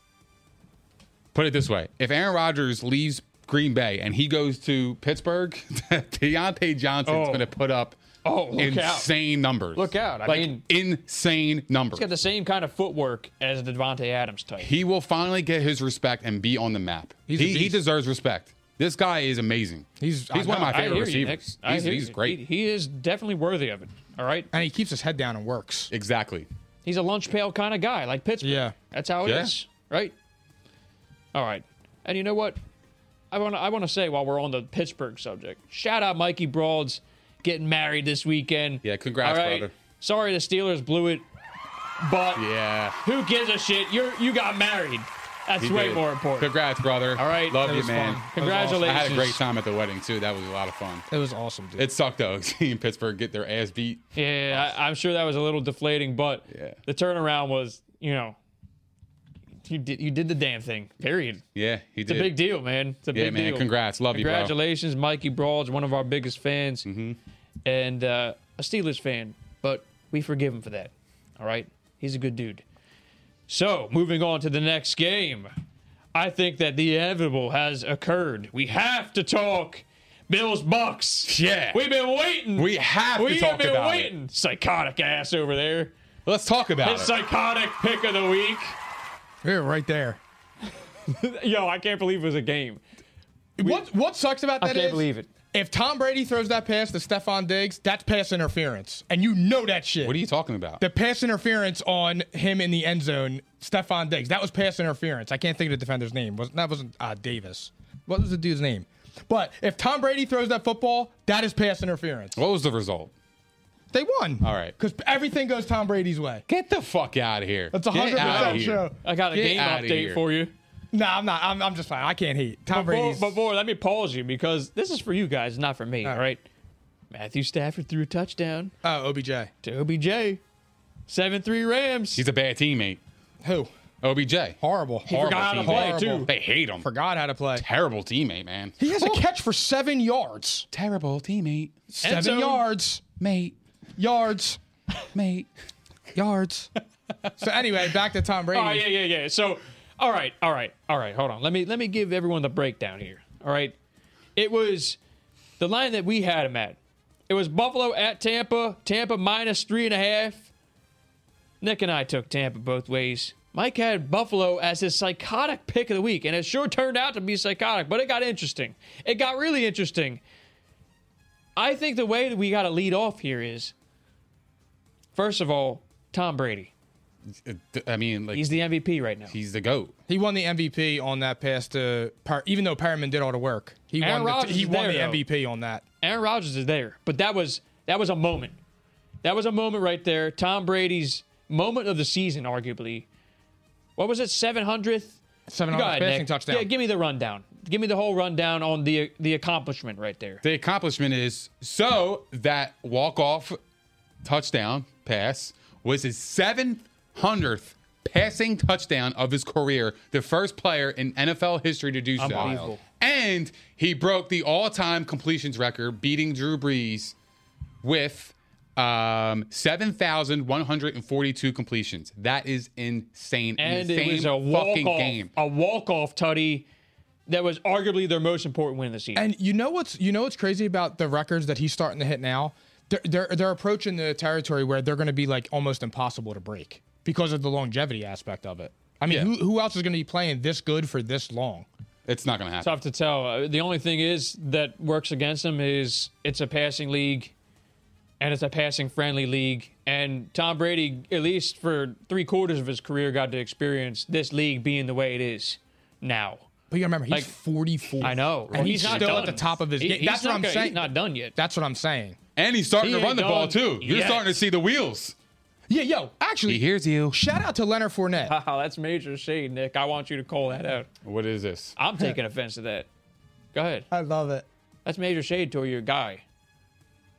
put it this way: if Aaron Rodgers leaves Green Bay and he goes to Pittsburgh, Deontay Johnson's Oh. going to put up Oh, look out. insane numbers. Look out. I like mean- insane numbers. He's got the same kind of footwork as the Devontae Adams type. he will finally get his respect and be on the map. a He, he beast. deserves respect. This guy is amazing. He's- I he's one of know. my I favorite hear you, Nick. receivers. I he's hear he's you. great. He, he is definitely worthy of it. All right, and he keeps his head down and works. exactly. he's a lunch pail kind of guy, like Pittsburgh. Yeah. That's how it is, Yeah. right? All right. And you know what? I want to I want to say while we're on the Pittsburgh subject, shout out Mikey Broads getting married this weekend. Yeah, congrats, brother. Sorry the Steelers blew it, but Yeah. who gives a shit? You you got married. That's he way did. more important. Congrats, brother. All right. Love That you, was man. fun. I Congratulations. had a great time at the wedding too. That was a lot of fun. It was awesome, dude. It sucked though, seeing Pittsburgh get their ass beat. Yeah, I, I'm sure that was a little deflating, but Yeah. the turnaround was, you know, you did you did the damn thing. Period. Yeah, he It's did. a big deal, man. It's a Yeah, big man. deal. Congrats. Love you, bro. Mm-hmm. Congratulations, Mikey Broad's one of our biggest fans and uh, a Steelers fan, but we forgive him for that. All right? He's a good dude. So, moving on to the next game. I think that the inevitable has occurred. We have to talk Bills Bucks. Yeah. We've been waiting. We have to We've talk been about it. waiting. Psychotic ass over there. Let's talk about His it. psychotic pick of the week. we were right there. Yo, I can't believe it was a game. what what sucks about that I can't is believe it. if Tom Brady throws that pass to Stephon Diggs, that's pass interference, and you know that shit. what are you talking about? The pass interference on him in the end zone, Stephon Diggs. That was pass interference. I can't think of the defender's name. Was that wasn't uh, Davis? What was the dude's name? But if Tom Brady throws that football, that is pass interference. what was the result? They won. All right. because everything goes Tom Brady's way. Get the fuck out of here. That's Get 100% outta here. true. I got a Get game outta update here. for you. Nah, I'm not. I'm, I'm just fine. I can't hate Tom Before, Brady's. before, let me pause you because this is for you guys, not for me. All right. Matthew Stafford threw a touchdown Oh, OBJ. to OBJ. 7 3 Rams. He's a bad teammate. Who? OBJ. Horrible. He Horrible forgot how to teammate. play, too. They hate him. Forgot how to play. Terrible teammate, man. He has a catch for seven yards. Terrible teammate. Seven zone. yards. Mate. Yards. Mate. Yards. So anyway, back to Tom Brady. Oh yeah, yeah, yeah. So, all right, all right, all right. Hold on. Let me let me give everyone the breakdown here. All right, it was the line that we had him at. It was Buffalo at Tampa. Tampa minus three and a half. Nick and I took Tampa both ways. Mike had Buffalo as his psychotic pick of the week, and it sure turned out to be psychotic, but it got interesting. It got really interesting. I think the way that we got to lead off here is first of all, Tom Brady. I mean, like He's he's the MVP right now. the, goat. He won the MVP on that pass to Par- even though Perriman did all the work. He won Aaron the, Rodgers he is won there, the though. MVP on that. Aaron Rodgers is there, but that was that was a moment. That was a moment right there. Tom Brady's moment of the season, arguably. What was it? Seven hundredth. Seven hundred passing touchdown. Yeah, give me the rundown. Give me the whole rundown on the the accomplishment right there. The accomplishment is so that walk off touchdown pass was his 700th passing touchdown of his career, the first player in NFL history to do so. Unbelievable. And he broke the all-time completions record, beating Drew Brees with um, 7,142 completions. That is insane. and in the it was same a walk fucking off, game. a walk off tutty that was arguably their most important win of the season. And you know what's you know what's crazy about the records that he's starting to hit now? They're they're, they're approaching the territory where they're going to be like almost impossible to break because of the longevity aspect of it. I mean, Yeah. who who else is going to be playing this good for this long? It's not going to happen. Tough to tell. Uh, The only thing is that works against them is it's a passing league, and it's a passing friendly league. And Tom Brady, at least for three quarters of his career, got to experience this league being the way it is now. But you gotta remember, he's Like, 44. I know, and he's, not still done. at the top of his He- game. he's That's what not I'm gonna- saying. He's not done yet. That's what I'm saying. And he's starting He to run ain't the ball too. done You're yet. starting to see the wheels. Yeah, yo, actually, He hears you. shout out to Leonard Fournette. Wow, that's major shade, Nick. I want you to call that out. What is this? I'm taking offense to that. Go ahead. I love it. That's major shade toward your guy.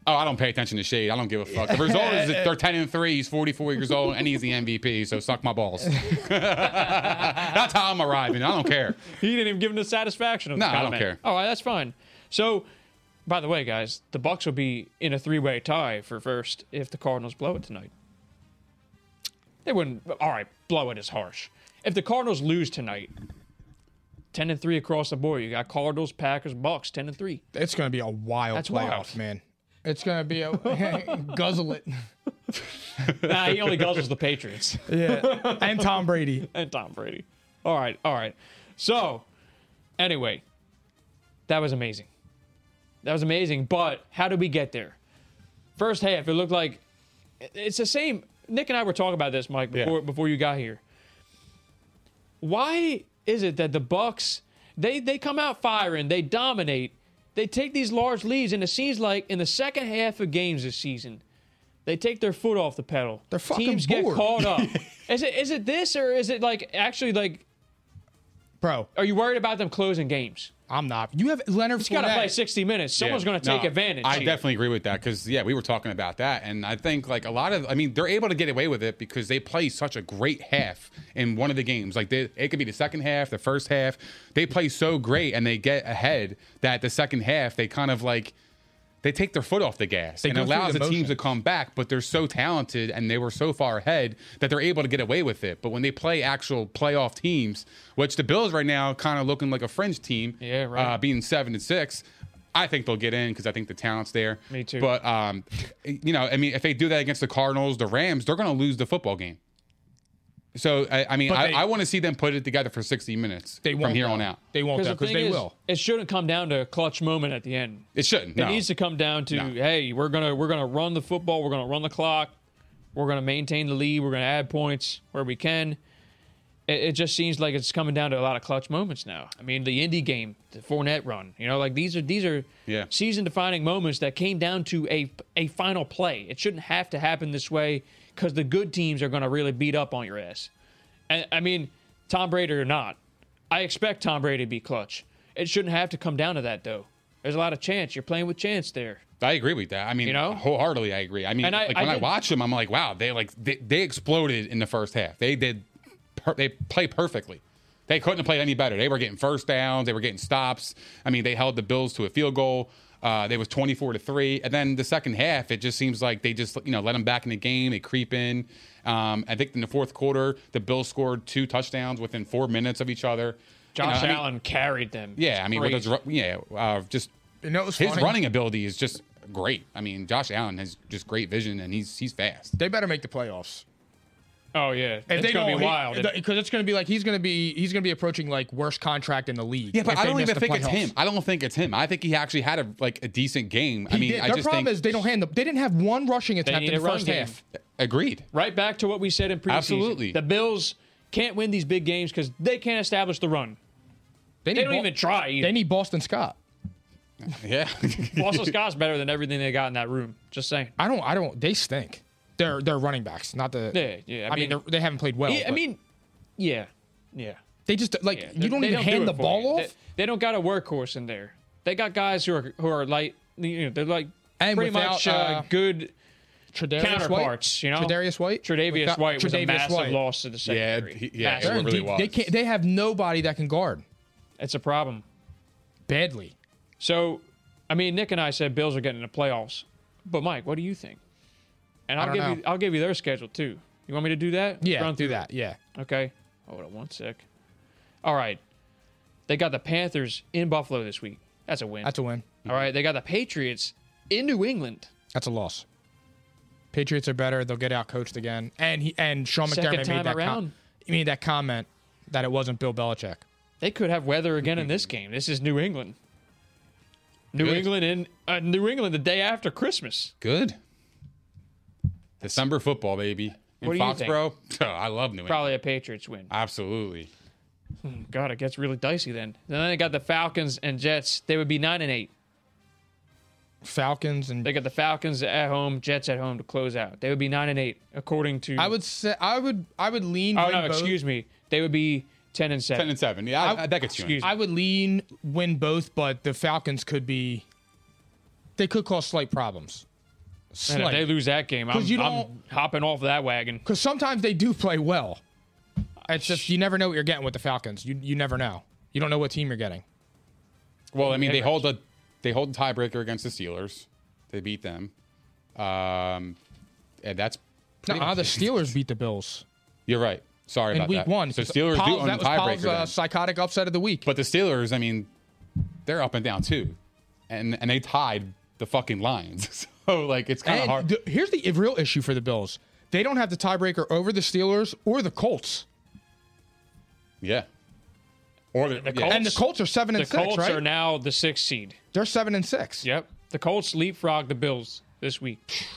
Oh, I don't pay attention to shade. I don't give a fuck. The result is that they're ten and three. He's forty four years old, and he's the MVP. So suck my balls. That's how I'm arriving. I don't care. He didn't even give him the satisfaction of No, the I don't comment. care. All right, that's fine. So, by the way, guys, the Bucks will be in a three-way tie for first if the Cardinals blow it tonight. They wouldn't. All right, blow it is harsh. If the Cardinals lose tonight, ten and three across the board. You got Cardinals, Packers, Bucks, ten and three. It's gonna be a wild That's playoff, wild. man. It's gonna be a guzzle it. Nah, he only guzzles the Patriots Yeah, and Tom Brady. and Tom Brady. All right, all right. So, anyway, that was amazing. That was amazing. But how did we get there? First half, it looked like it's the same. Nick and I were talking about this, Mike, before before you got here. Why is it that the Bucks they they come out firing, they dominate, they take these large leads, and it seems like in the second half of games this season, they take their foot off the pedal. They're fucking Teams get bored. caught up. is it is it this or is it like actually like Bro, are you worried about them closing games? I'm not. You have Leonard It's got to Fournette. play 60 minutes. Someone's Yeah. going to take No, advantage. I here. definitely agree with that because yeah, we were talking about that, and I think like a lot of, I mean, they're able to get away with it because they play such a great half in one of the games. Like they, it could be the second half, the first half. They play so great and they get ahead that the second half they kind of like they take their foot off the gas and go through allows the the teams to motions. come back. But they're so talented and they were so far ahead that they're able to get away with it. But when they play actual playoff teams, which the Bills right now kind of looking like a fringe team, Yeah, right. uh, being seven and six. I think they'll get in because I think the talent's there. Me too. But um, you know, I mean, if they do that against the Cardinals, the Rams, they're going to lose the football game. So I, I mean, But I, they- I want to see them put it together for 60 minutes They from won't, here though. on out. They won't Because the because thing they is, will. it shouldn't come down to a clutch moment at the end. It shouldn't. It no. needs to come down to No. hey, we're gonna we're gonna run the football, we're gonna run the clock, we're gonna maintain the lead, we're gonna add points where we can. It, it just seems like it's coming down to a lot of clutch moments now. I mean, the Indy game, the Fournette run, you know, like these are these are Yeah. season defining moments that came down to a a final play. It shouldn't have to happen this way because the good teams are gonna really beat up on your ass. And I mean, Tom Brady or not, I expect Tom Brady to be clutch. It shouldn't have to come down to that though. There's a lot of chance. You're playing with chance there. I agree with that. I mean, You know? wholeheartedly, I agree. I mean, And I- like I when I did- watch them, I'm like, wow, they like they, they exploded in the first half. They did, per, they play perfectly. They couldn't have played any better. They were getting first downs. They were getting stops. I mean, they held the Bills to a field goal. Uh, they was 24 to three, and then the second half, it just seems like they just you know let them back in the game. They creep in. Um, I think in the fourth quarter, the Bills scored two touchdowns within four minutes of each other. You know, Josh I mean- Allen carried them. yeah, I mean, with Crazy. his, ru- yeah, uh, just You know, it was his funny. running ability is just great. I mean, Josh Allen has just great vision, and he's he's fast. They better make the playoffs. Oh yeah, If it's they gonna don't, be wild. because it's going to be like he's going to be he's going to be approaching like worst contract in the league. Yeah, but if I they don't miss even the think it's playoffs. him. I don't think it's him. I think he actually had a like a decent game. I He mean, did. I Their just problem think is they don't hand them. They didn't have one rushing attempt need in the a run first game. half. agreed. right back to what we said in preseason. Absolutely. the Bills can't win these big games because they can't establish the run. need They don't Bo- even try. Either. They need Boston Scott. Yeah, Boston Scott's better than everything they got in that room. Just saying. I don't. I don't. They stink. They're they're running backs, not the. Yeah, yeah, I I, mean, mean- they're- they haven't played well. Yeah, I but mean, yeah, yeah. they just like yeah. you don't They even do it hand the for ball you. off. They, they don't got a workhorse in there. They got guys who are who are like you know they're like And pretty without, much uh, uh, good Tre'Davious counterparts. White? You know, Tre'Davious White. Tre'Davious Without- White was a Tre'Davious massive White. loss to the yeah, secondary. he- yeah. Massive. It really was. They can't. They have nobody that can guard It's a problem. badly. So, I mean, Nick and I said Bills are getting in the playoffs, but Mike, what do you think? And I'll don't give know. you I'll give you their schedule too. You want me to do that? Yeah, run do through that. Yeah, Okay. Hold on one sec. All right. They got the Panthers in Buffalo this week. That's a win. that's a win. All right. They got the Patriots in New England. That's a loss. Patriots are better. They'll get out coached again. And he and Sean Second McDermott time made that, around. com- he made that comment that it wasn't Bill Belichick. They could have weather again in this game. This is New England. New Good. England in uh, New England the day after Christmas. Good. December football, baby. In What do you think? Foxborough, Oh, I love New England. Probably a Patriots win. Absolutely. God, it gets really dicey then. And then they got the Falcons and Jets. They would be nine and eight. Falcons and They got the Falcons at home, Jets at home to close out. They would be nine and eight according to. I would say I would I would lean. Oh win no, both. excuse me. They would be ten and seven. Ten and seven. Yeah, I, I, that gets you. in. excuse I would lean win both, but the Falcons could be. They could cause slight problems. And if they Slight. lose that game, I'm, 'Cause you I'm don't- hopping off that wagon. Because sometimes they do play well. It's just you never know what you're getting with the Falcons. You you never know. You don't know what team you're getting. Well, I mean, they hold a they hold a tiebreaker against the Steelers. They beat them. Um, and that's pretty No, much the it. Steelers beat the Bills You're right. Sorry in about week that. one. So Steelers Powell's- do own a that was Powell's tiebreaker. uh, then. psychotic upset of the week. But the Steelers, I mean, they're up and down too, and and they tied the fucking Lions. So like, it's kind of And hard. the- here's the real issue for the Bills. They don't have the tiebreaker over the Steelers or the Colts. yeah. Or the, yeah. Colts. And the Colts are seven The and six, Colts right? are now the sixth seed. They're seven and six. Yep. The Colts leapfrog the Bills this week.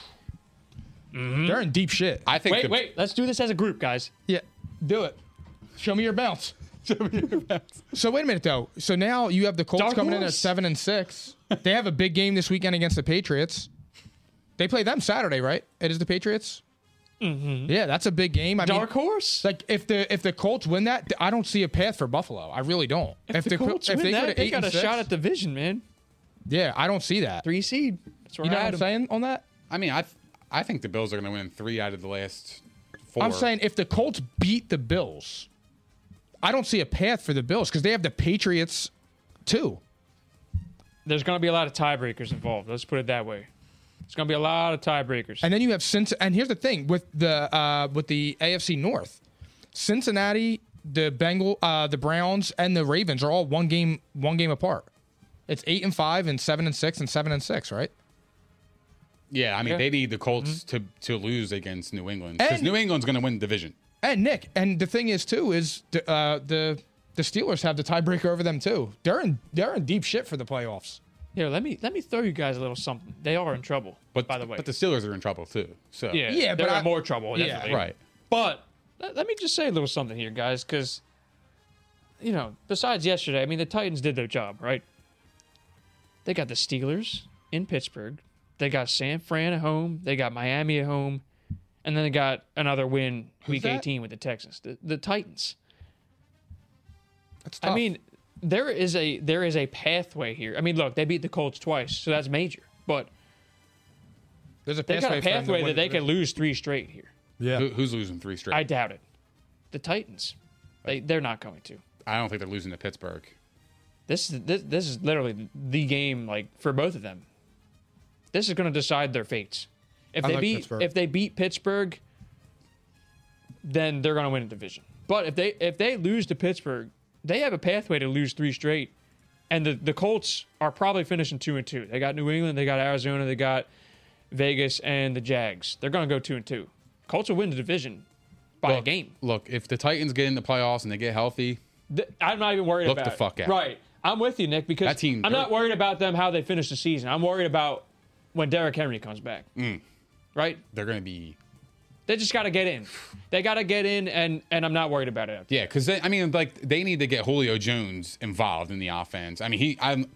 They're in deep shit. I think. Wait, the- wait. Let's do this as a group, guys. Yeah, do it. Show me your bounce. So wait a minute though. So now you have the Colts Dark coming in at horse. seven and six. They have a big game this weekend against the Patriots. They play them Saturday, right? It is the Patriots. Mm-hmm. Yeah, that's a big game. I Dark mean, horse. like if the if the Colts win that, I don't see a path for Buffalo. I really don't. If, Col- Colts win go that, to they eight got and a six- shot at division, man. yeah, I don't see that. Three seed. That's where You know what I I'm had 'em. saying on that? I mean, I th- I think the Bills are going to win three out of the last four. i I'm saying if the Colts beat the Bills, I don't see a path for the Bills because they have the Patriots too. There's going to be a lot of tiebreakers involved. Let's put it that way. It's going to be a lot of tiebreakers. And then you have Cincy- And here's the thing with the uh, with the AFC North, Cincinnati, the Bengal, uh, the Browns, and the Ravens are all one game one game apart. It's eight and five, and seven and six, and seven and six, right? Yeah, I mean, Yeah. they need the Colts to to lose against New England because Mm-hmm. And- New England's going to win the division. And Nick, and the thing is too is the uh, the the Steelers have the tiebreaker over them too. They're in they're in deep shit for the playoffs. Here, let me let me throw you guys a little something. They are in trouble. But by the way, but the Steelers are in trouble too. So yeah, Yeah, they're but in I- more trouble. Yeah. definitely. right. But let, let me just say a little something here, guys, because you know, besides yesterday, I mean, the Titans did their job, right? They got the Steelers in Pittsburgh. They got San Fran at home. They got Miami at home, and then they got another win week that? 18 with the Texans. The, the Titans. That's tough. I mean, there is a there is a pathway here. I mean, look, they beat the Colts twice, so that's major. But there's a they got pathway a for them to pathway win that the they could division. lose three straight here. Who, who's losing three straight? I doubt it. The Titans. They they're not going to. I don't think they're losing to Pittsburgh. This is this, this is literally the game like for both of them. This is going to decide their fates. If I they like beat Pittsburgh. if they beat Pittsburgh, then they're going to win the division. But if they if they lose to Pittsburgh, they have a pathway to lose three straight. And the, the Colts are probably finishing two and two. They got New England, they got Arizona, they got Vegas, and the Jags. They're going to go two and two. Colts will win the division by a Look- game. Look, if the Titans get in the playoffs and they get healthy, Th- I'm not even worried Look about the it. fuck out. Right. I'm with you, Nick, because That team I'm not dirt. worried about them how they finish the season. I'm worried about when Derrick Henry comes back. Mm. Right? they're going to be They just got to get in. They got to get in, and and I'm not worried about it. Yeah, because I mean, like they need to get Julio Jones involved in the offense. I mean, he I'm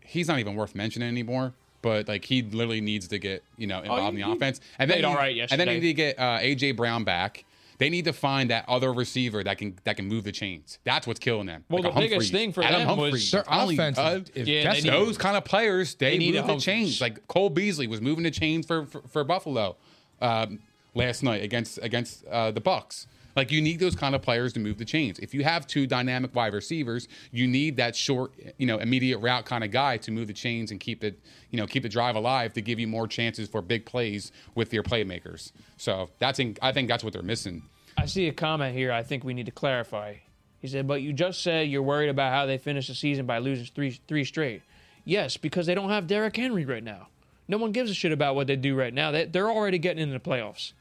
he's not even worth mentioning anymore. But like he literally needs to get you know involved in the Oh, he offense. And then played all you- right And yesterday. then they need to get uh, AJ Brown back. They need to find that other receiver that can that can move the chains. That's what's killing them. Well, Like the a biggest Humphries, thing for Adam them was Humphries, their Ollie, offense is- uh, is Yeah, they need- decimated. those kind of players they, They need move a the Humphries. chains. Like Cole Beasley was moving the chains for for, for Buffalo um, last night against against uh, the Bucks. Like you need those kind of players to move the chains. If you have two dynamic wide receivers, you need that short, you know, immediate route kind of guy to move the chains and keep it, you know, keep the drive alive to give you more chances for big plays with your playmakers. So that's in, I think that's what they're missing. I see a comment here. I think we need to clarify. He said, "But you just said you're worried about how they finish the season by losing three three straight." Yes, because they don't have Derrick Henry right now. No one gives a shit about what they do right now. They, they're already getting into the playoffs.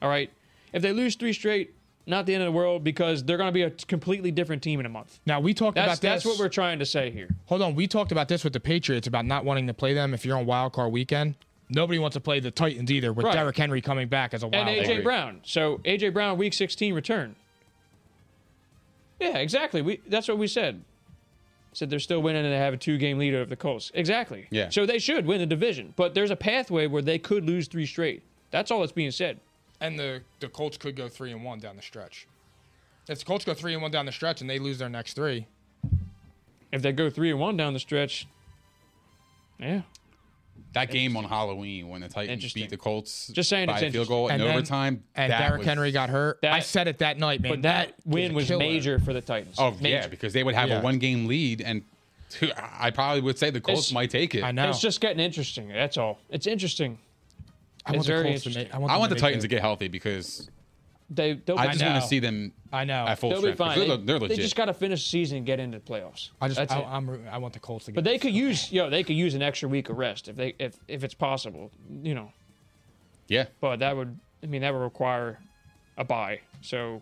All right, if they lose three straight, not the end of the world because they're going to be a completely different team in a month. Now we talked That's about this. that's what we're trying to say here. Hold on, we talked about this with the Patriots about not wanting to play them if you're on wild card weekend. Nobody wants to play the Titans either with Right. Derrick Henry coming back as a wild and AJ card. agree. Brown. So AJ Brown, week 16 return. Yeah, exactly. We that's what we said. Said they're still winning and they have a two-game lead over the Colts. Exactly. Yeah. So they should win the division, but there's a pathway where they could lose three straight. That's all that's being said. And the, the Colts could go three and one down the stretch. If the Colts go three and one down the stretch and they lose their next three, If they go three and one down the stretch, yeah. That game on Halloween when the Titans Interesting. beat the Colts Just saying by it's a field goal in then- overtime, and that Derrick was- Henry got hurt. I that- said it that night, man. But that win a was killer. major for the Titans. Oh major. yeah, because they would have Yeah. a one game lead, and two, I probably would say the Colts It's- might take it. I I, know. It's just getting interesting. That's all. It's interesting. I want it's the very Colts to interesting. make- I want, them want the make Titans it. to get healthy because They they'll I be- just know. want to see them. I know. at full they'll be strength. 'cause fine. They're, They- they're legit. They just got to finish the season and get into the playoffs. I just That's I, it. I'm rooting- I want the Colts to get. But they this. could use, yo, they could use an extra week of rest if they, if if it's possible, you know. yeah, But that would, I mean, that would require a buy. So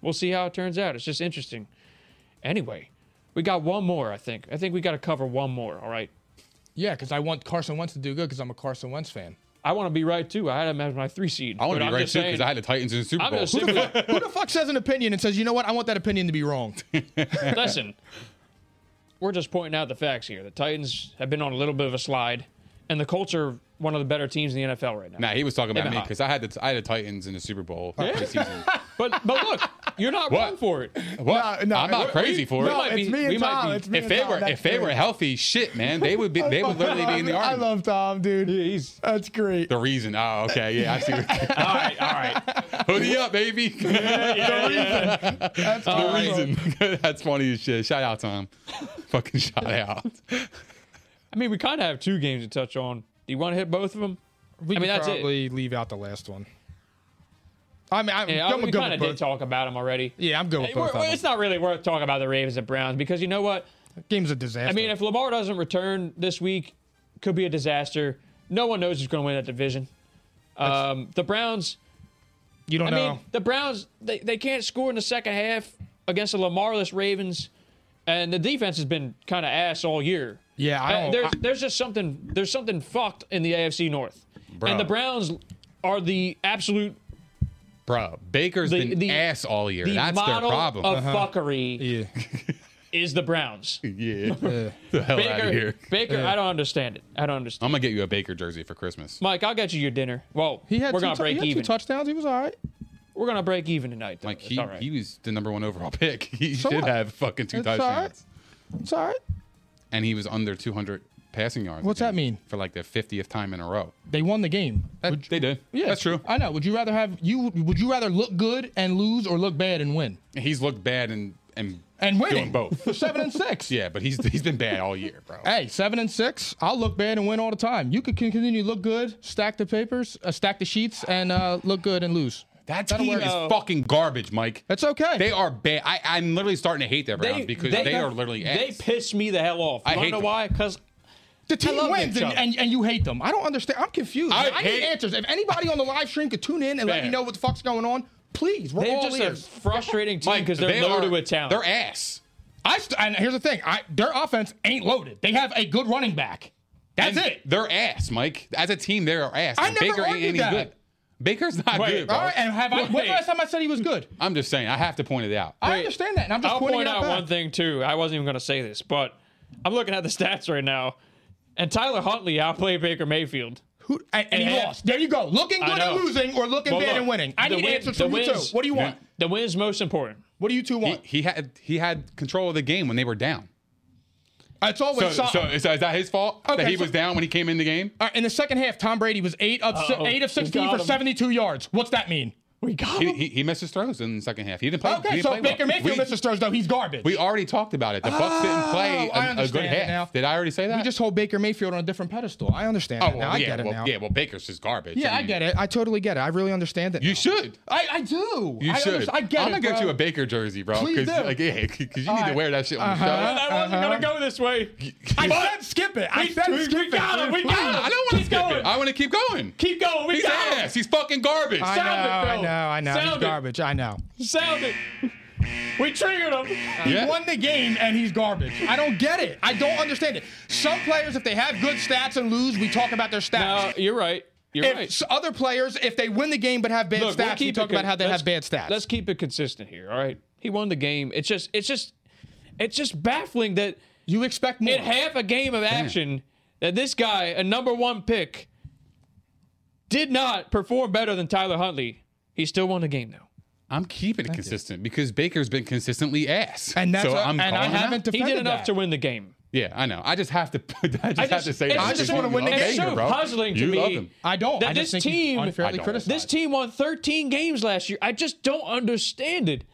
we'll see how it turns out. It's just interesting. Anyway, we got one more. I think. I think we got to cover one more. All right. yeah, because I want Carson Wentz to do good because I'm a Carson Wentz fan. I want to be right too. I had him as my three seed. I want but to I'm be right just too saying- because I had the Titans in the Super I'm Bowl. gonna sit with- Who the fuck says an opinion and says, you know what, I want that opinion to be wrong? Listen, we're just pointing out the facts here. The Titans have been on a little bit of a slide, and the Colts are one of the better teams in the NFL right now. Nah, he was talking about They've me been hot. because I had the I had the Titans in the Super Bowl. this season. But but look, you're not What? wrong for it. What? no, I'm not we- crazy we- for no, it. it's me and we might Tom, be- it's me if and they Tom, were that's if they were crazy. healthy, shit, man, they would be. They would literally be in the I army. love Tom, dude. he's- That's great. the reason. Oh, okay, yeah, I see. what- All right, all right. Hoodie up, baby. That's the awesome. reason. That's funny as shit. Shout out, Tom. Fucking shout out. I mean, we kind of have two games to touch on. Do you want to hit both of them? We I mean, could that's it. probably leave out the last one. I mean, I'm, Yeah, I'm we good kind with of did both. talk about them already. Yeah, I'm good with Hey, both we're- of it's them. not really worth talking about the Ravens and Browns because you know what? Game's a disaster. I mean, if Lamar doesn't return this week, could be a disaster. No one knows who's going to win that division. Um, the Browns. you don't I know. mean, the Browns they, they can't score in the second half against the Lamarless Ravens, and the defense has been kind of ass all year. yeah, I Uh, don't. there's I- there's just something there's something fucked in the AFC North, Bro. and the Browns are the absolute Bro, Baker's The- been the- ass all year. the That's their model problem. Uh-huh. of fuckery yeah. is the Browns. yeah. the hell out of Baker, here. Baker, I don't understand it. I don't understand. I'm gonna get you a Baker jersey for Christmas. Mike, I'll get you your dinner. Well, He had we're two gonna tou- he break had even. two touchdowns. He was all right. we're gonna break even tonight. Though. Like It's he, all right. he was the number one overall pick. He So should what? have fucking two It's all touchdowns, right. It's all right. and he was under 200 passing yards. What's I that think, mean? For like the 50th time in a row. They won the game. That- they did. Yeah, that's true. I know. Would you rather have you? Would you rather look good and lose, or look bad and win? He's looked bad and and and winning Doing both. Seven and six. Yeah, but he's he's been bad all year, bro. Hey, seven and six. I'll look bad and win all the time. You could continue to look good, stack the papers, uh, stack the sheets, and uh, look good and lose. That That'll team work. is fucking garbage, Mike. That's okay. They are bad. I, I'm literally starting to hate that Browns because they, are literally they ass. piss me the hell off. I I don't hate know them. why. Because the I team love wins, Nick and, Chubb. and, and you hate them. I don't understand. I'm confused. I I, need hate- answers. If anybody on the live stream could tune in and let me Man. know what the fuck's going on, please. We're they're all just ears. a frustrating team Mike, because they're they loaded are- with talent. They're ass. I st- and here's the thing. I, their offense ain't loaded. They have a good running back. That's And it. They're ass, Mike. As a team, they're ass. I And never Baker ain't argued any that. good. Baker's not good, bro. All right, and have I? When's Wait. the last time I said he was good? I'm just saying. I have to point it out. I understand that, and I'm just I'll pointing point it out back. one thing too. I wasn't even going to say this, but I'm looking at the stats right now, and Tyler Huntley outplayed Baker Mayfield. Who, and, and he And- lost. There you go. Looking I good and know. losing, or looking Well, bad look, and winning. I the need win- answers the from you two. wins- What do you want? The win is most important. What do you two want? He had he had control of the game when they were down. it's always So, so, something. is, is that his fault Okay, that he so- was down when he came in the game? All right, Uh, in the second half, Tom Brady was eight of si- Uh-oh. eight of We sixteen got for him. seventy-two yards. What's that mean? We got He, he, he missed his throws in the second half. He didn't play. he Uh-huh. Okay, didn't so play Baker well. Mayfield we, misses throws though. He's garbage. We already talked about it. The Bucks didn't play Oh, I a, a good understand it half. now. Did I already say that? we just hold Baker Mayfield on a different pedestal. I understand. Oh, that well, now. I yeah, get it well, now. yeah. Well, Baker's just garbage. Yeah, I mean, get it. I totally get it. I really understand it. You now. should. I, I do. You I should. understand- I get I'm it. gonna get bro. you a Baker jersey, bro. Please do. like, yeah, 'cause you need Alright. to wear that shit on Uh-huh. the I show. wasn't going to go this way. I said skip it. I We- said we- skip we it. got him. We got him. I don't want to Keep skip going. it. I want to keep going. Keep going. We He's got him. ass. He's fucking garbage. I know, Sound it, I Phil. know, I know. Sound He's it. garbage. I know. Sound it. We triggered him. He Yeah. won the game and he's garbage. I don't get it. I don't understand it. Some players, if they have good stats and lose, we talk about their No, stats. Uh, you're right. You're Uh, if right. s- other players, if they win the game but have bad Look, we'll stats, we keep talk it con- about how they let's- have bad stats. Let's keep it consistent here. All right. He won the game. It's just, it's just, it's just baffling that you expect more. in half a game of action that this guy, a number one pick, did not perform better than Tyler Huntley. He still won the game though. I'm keeping it consistent because Baker's been consistently ass. And that's so what- I'm and I calling him out. haven't He did defended enough that. to win the game. Yeah, I know. I just have to. I just, have just- to say. it's that just- because I just wanna you win the love game. It's Baker, so bro. puzzling to you me. Love him. I don't. That Oh, I just this think he's team, unfairly I don't. criticized. this team won 13 games last year. I just don't understand it.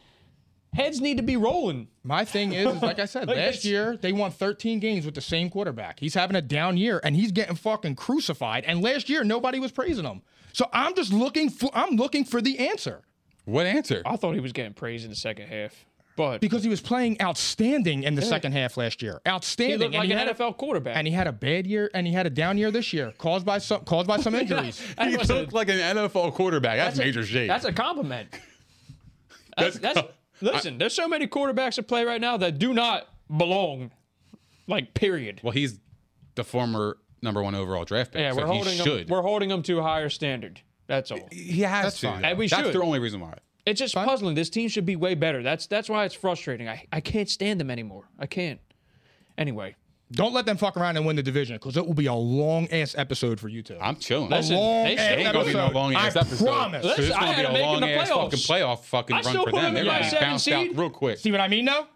Heads need to be rolling. My thing is, is like I said, Like last this. year they won 13 games with the same quarterback. He's having a down year and he's getting fucking crucified. And last year nobody was praising him. So I'm just looking for I'm looking for the answer What answer? I thought he was getting praise in the second half, but because he was playing outstanding in the second half last year. he Outstanding. looked like he an had a- NFL quarterback. and he had a bad year and he had a down year this year caused by some caused by some injuries. That He was a- looked like an NFL quarterback. That's, major shade. That's a compliment. That's, That's- that's, listen, there's so many quarterbacks that play right now that do not belong. Like period. well, he's the former number one overall draft pick. yeah, we're so holding he them. should. We're holding them to a higher standard. That's all. he has to. fine. though. And we that's should. the only reason why. It's just puzzling. This team should be way better. That's that's why it's frustrating. I, I can't stand them anymore. I can't. Anyway, Don't let them fuck around and win the division because it will be a long ass episode for you two. I'm chilling. Listen, long they ass should- ain't gonna be no episode. long ass I episode. promise. So it's Listen, I gonna be had a them making long the ass fucking playoffs. playoff fucking I still run for put them them. They're in gonna my be second bounced out seed. real quick. See what I mean though?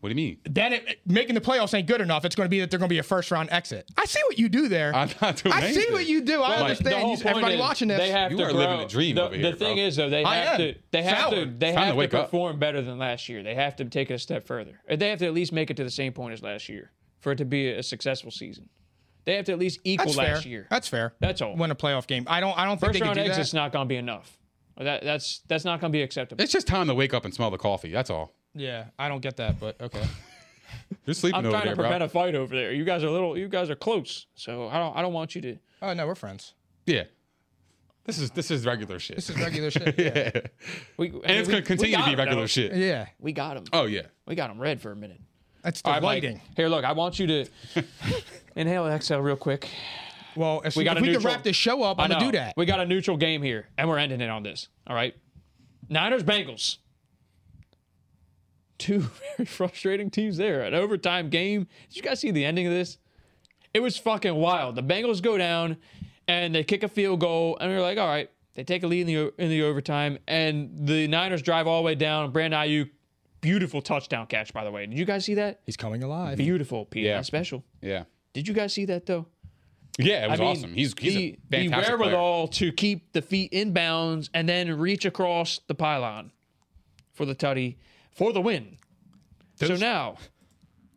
What do you mean? then it, making the playoffs ain't good enough. It's going to be that they're going to be a first round exit. I see what you do there. I'm not doing I see anything. what you do. I Well, the understand. whole You- point everybody is watching this. They have You to are grow. living a dream The, over here, the thing bro. is, though, they I have am. to. They have Sour. to. They Time to have to wake up. perform better than last year. They have to take it a step further. And They have to at least make it to the same point as last year for it to be a successful season. They have to at least equal that's fair. last year. That's fair. That's all. Win a playoff game. I don't. I don't think First they can round do that. exit's not going to be enough. That, that's that's not going to be acceptable. It's just time to wake up and smell the coffee. That's all. yeah, I don't get that. But okay. You're sleeping I'm over trying there, to prevent bro. a fight over there. You guys are little. You guys are close. So I don't. I don't want you to. Oh no, we're friends. yeah. This is this is regular shit. This is regular shit. Yeah. We, and it's gonna continue to be regular shit. yeah. We got him. Oh yeah. We got him red for a minute. That's the All right, Mike. lighting. Here, look. I want you to inhale and exhale real quick. Well, if We we, got if a we could neutral- wrap this show up, I I'm gonna know. do that. We got a neutral game here, and we're ending it on this. All right. Niners Bengals. Two very frustrating teams there. An overtime game. Did you guys see the ending of this? It was fucking wild. The Bengals go down and they kick a field goal, and we're like, all right, they take a lead in the o- in the overtime, and the Niners drive all the way down. Brandon Ayuk, beautiful touchdown catch, by the way. Did you guys see that? He's coming alive. Beautiful, P. Yeah. Special. Yeah. Did you guys see that though? Yeah, it I was mean, awesome. He's he's the, a fantastic the player. wherewithal to keep the feet in bounds and then reach across the pylon for the tutty for the win. so Those- now,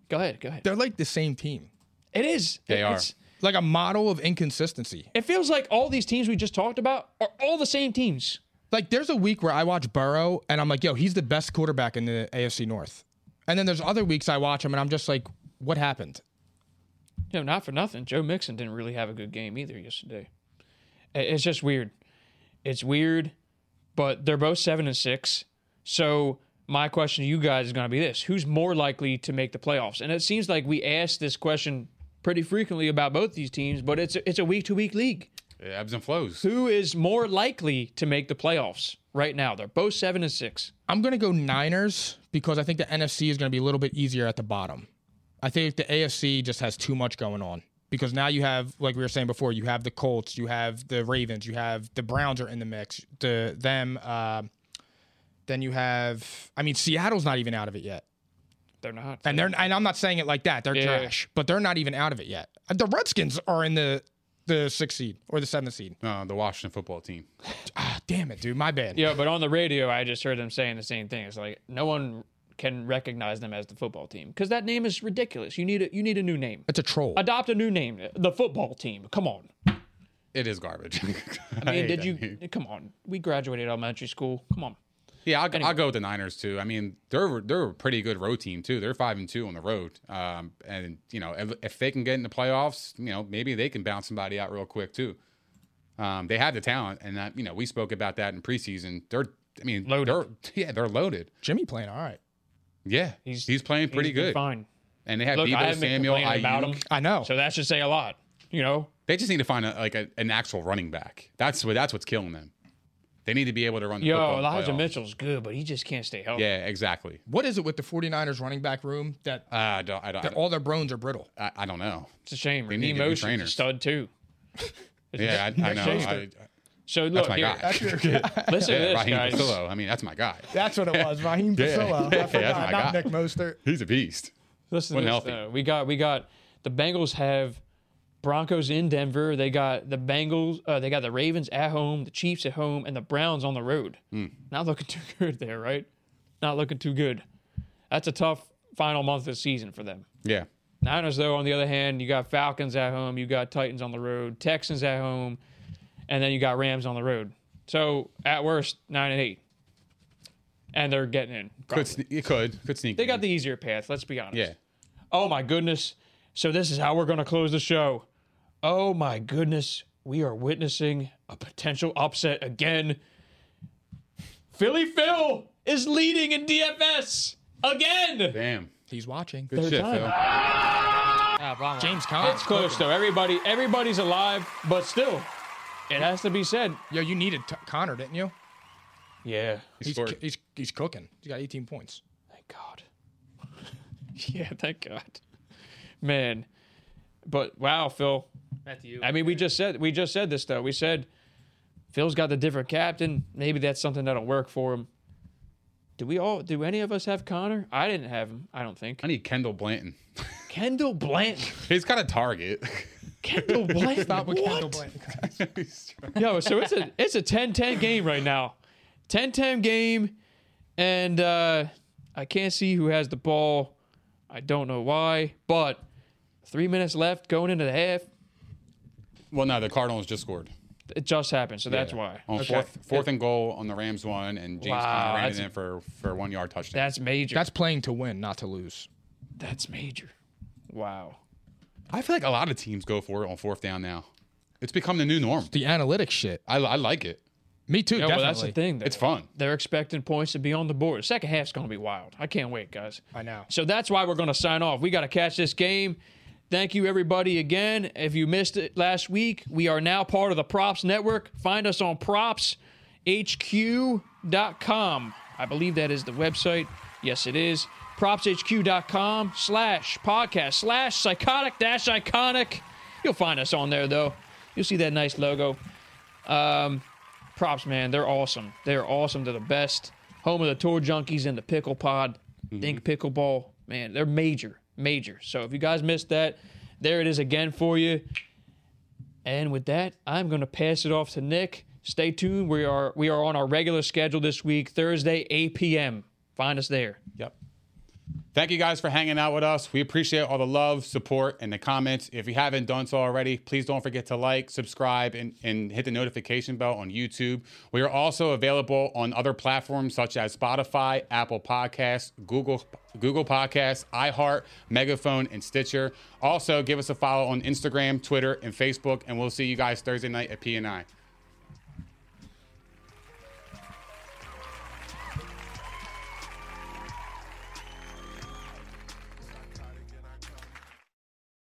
go ahead, go ahead. They're like the same team. It is. They are. It's- Like a model of inconsistency. It feels like all these teams we just talked about are all the same teams. Like there's a week where I watch Burrow and I'm like, yo, he's the best quarterback in the AFC North. And then there's other weeks I watch him and I'm just like, what happened? You know, not for nothing. Joe Mixon didn't really have a good game either yesterday. I- It's just weird. It's weird, but they're both seven and six. So my question to you guys is going to be this: Who's more likely to make the playoffs? And it seems like we ask this question pretty frequently about both these teams, but it's a, it's a week to week league. It ebbs and flows. Who is more likely to make the playoffs right now? They're both seven and six. I'm gonna go Niners because I think the NFC is gonna be a little bit easier at the bottom. I think the AFC just has too much going on because now you have, like we were saying before, you have the Colts, you have the Ravens, you have the Browns are in the mix. The them, uh, then you have. I mean, Seattle's not even out of it yet, They're not. and they're and I'm not saying it like that. They're Yeah. trash, but they're not even out of it yet. The Redskins are in the the sixth seed or the seventh seed. Uh, the Washington football team. Ah, damn it, dude, my bad. Yeah, but on the radio, I just heard them saying the same thing. It's like no one can recognize them as the football team because that name is ridiculous. You need a you need a new name. It's a troll. Adopt a new name. The football team. Come on. It is garbage. I mean, did you? Come on. We graduated elementary school. Come on. Yeah, I'll, I'll go with the Niners too. I mean, they're they're a pretty good road team too. They're five and two on the road, um, and you know if, if they can get in the playoffs, you know maybe they can bounce somebody out real quick too. Um, they have the talent, and that, you know we spoke about that in preseason. They're I mean Loaded. They're, yeah, they're loaded. Jimmy playing all right. Yeah, he's, he's playing pretty He's been good. Fine. And they have Look, I Debo haven't been Samuel. complaining about Ayuk. him. I know. So that should say a lot. You know, They just need to find a, like a, an actual running back. That's what that's what's killing them. They need to be able to run. The yo, football in the Elijah playoffs. Mitchell's good, but he just can't stay healthy. Yeah, exactly. What is it with the 49ers running back room that Uh, I don't. I don't, I that don't, all their bones are brittle? I, I don't know. It's a shame. need to get new Emotion trainers. stud too. Yeah, I, I know. Shakespeare. I, So that's look, my here, guy. listen to Yeah, this, Raheem guys. Castillo. I mean, that's my guy. That's what it was, Raheem Priscilla. Yeah, that's my guy. Mostert. He's a beast. Listen, to Wasn't this, healthy. though. we got we got the Bengals have Broncos in Denver. They got the Bengals. Uh, they got the Ravens at home, the Chiefs at home, and the Browns on the road. Hmm. Not looking too good there, right? Not looking too good. That's a tough final month of the season for them. Yeah. Niners, though, on the other hand, you got Falcons at home, you got Titans on the road, Texans at home, and then you got Rams on the road. So at worst, nine and eight, and they're getting in. Could sne- you could could sneak. They got in. the easier path. Let's be honest. Mm. Yeah. Oh my goodness. So this is how we're going to close the show. Oh my goodness. We are witnessing a potential upset again. Philly Phil is leading in DFS again. Damn. He's watching. Good shit, done. Phil. Oh, James Conner. It's close though. Everybody everybody's alive, but still it has to be said. Yo, you needed T- Connor, didn't you? Yeah. He He's, scored. he's he's cooking. He's got 18 points. Thank God. yeah, thank God. Man. But wow, Phil, Back to you. I mean, we just said we just said this though. We said Phil's got the different captain. Maybe that's something that'll work for him. Do we all? Do any of us have Connor? I didn't have him. I don't think. I need Kendall Blanton. Kendall Blanton. He's got a target. Kendall Blanton. Stop with what? Kendall Blanton. Yo, so it's a it's a 10-10 game right now. 10-10 game, and uh, I can't see who has the ball. I don't know why, but three minutes left going into the half. well, no, the Cardinals just scored. It just happened, so that's Yeah. why. On fourth fourth and goal on the Rams one, and James Wow, Conner ran it that's- in for for one yard touchdown. That's major. That's playing to win, not to lose. That's major. Wow. I feel like a lot of teams go for it on fourth down now. It's become the new norm. The analytics shit. I, I like it. Me too, Yeah, well, definitely. that's the thing. Though. It's fun. They're expecting points to be on the board. Second half's going to be wild. I can't wait, guys. I know. So that's why we're going to sign off. We got to catch this game. Thank you, everybody, again. If you missed it last week, we are now part of the Props Network. Find us on propshq.com. I believe that is the website. Yes, it is. Propshq.com slash podcast slash psychotic dash iconic. You'll find us on there, though. You'll see that nice logo. Um, props, man. They're awesome. They're awesome. They're the best. Home of the tour junkies and the pickle pod. Think pickleball. Man, they're major, major. So if you guys missed that, there it is again for you. And with that, I'm gonna pass it off to Nick. Stay tuned. We are we are on our regular schedule this week, Thursday, 8 p.m. Find us there. Yep. Thank you guys for hanging out with us. We appreciate all the love, support, and the comments. If you haven't done so already, please don't forget to like, subscribe, and, and hit the notification bell on YouTube. We are also available on other platforms such as Spotify, Apple Podcasts, Google Google Podcasts, iHeart, Megaphone, and Stitcher. Also, give us a follow on Instagram, Twitter, and Facebook, and we'll see you guys Thursday night at P and I.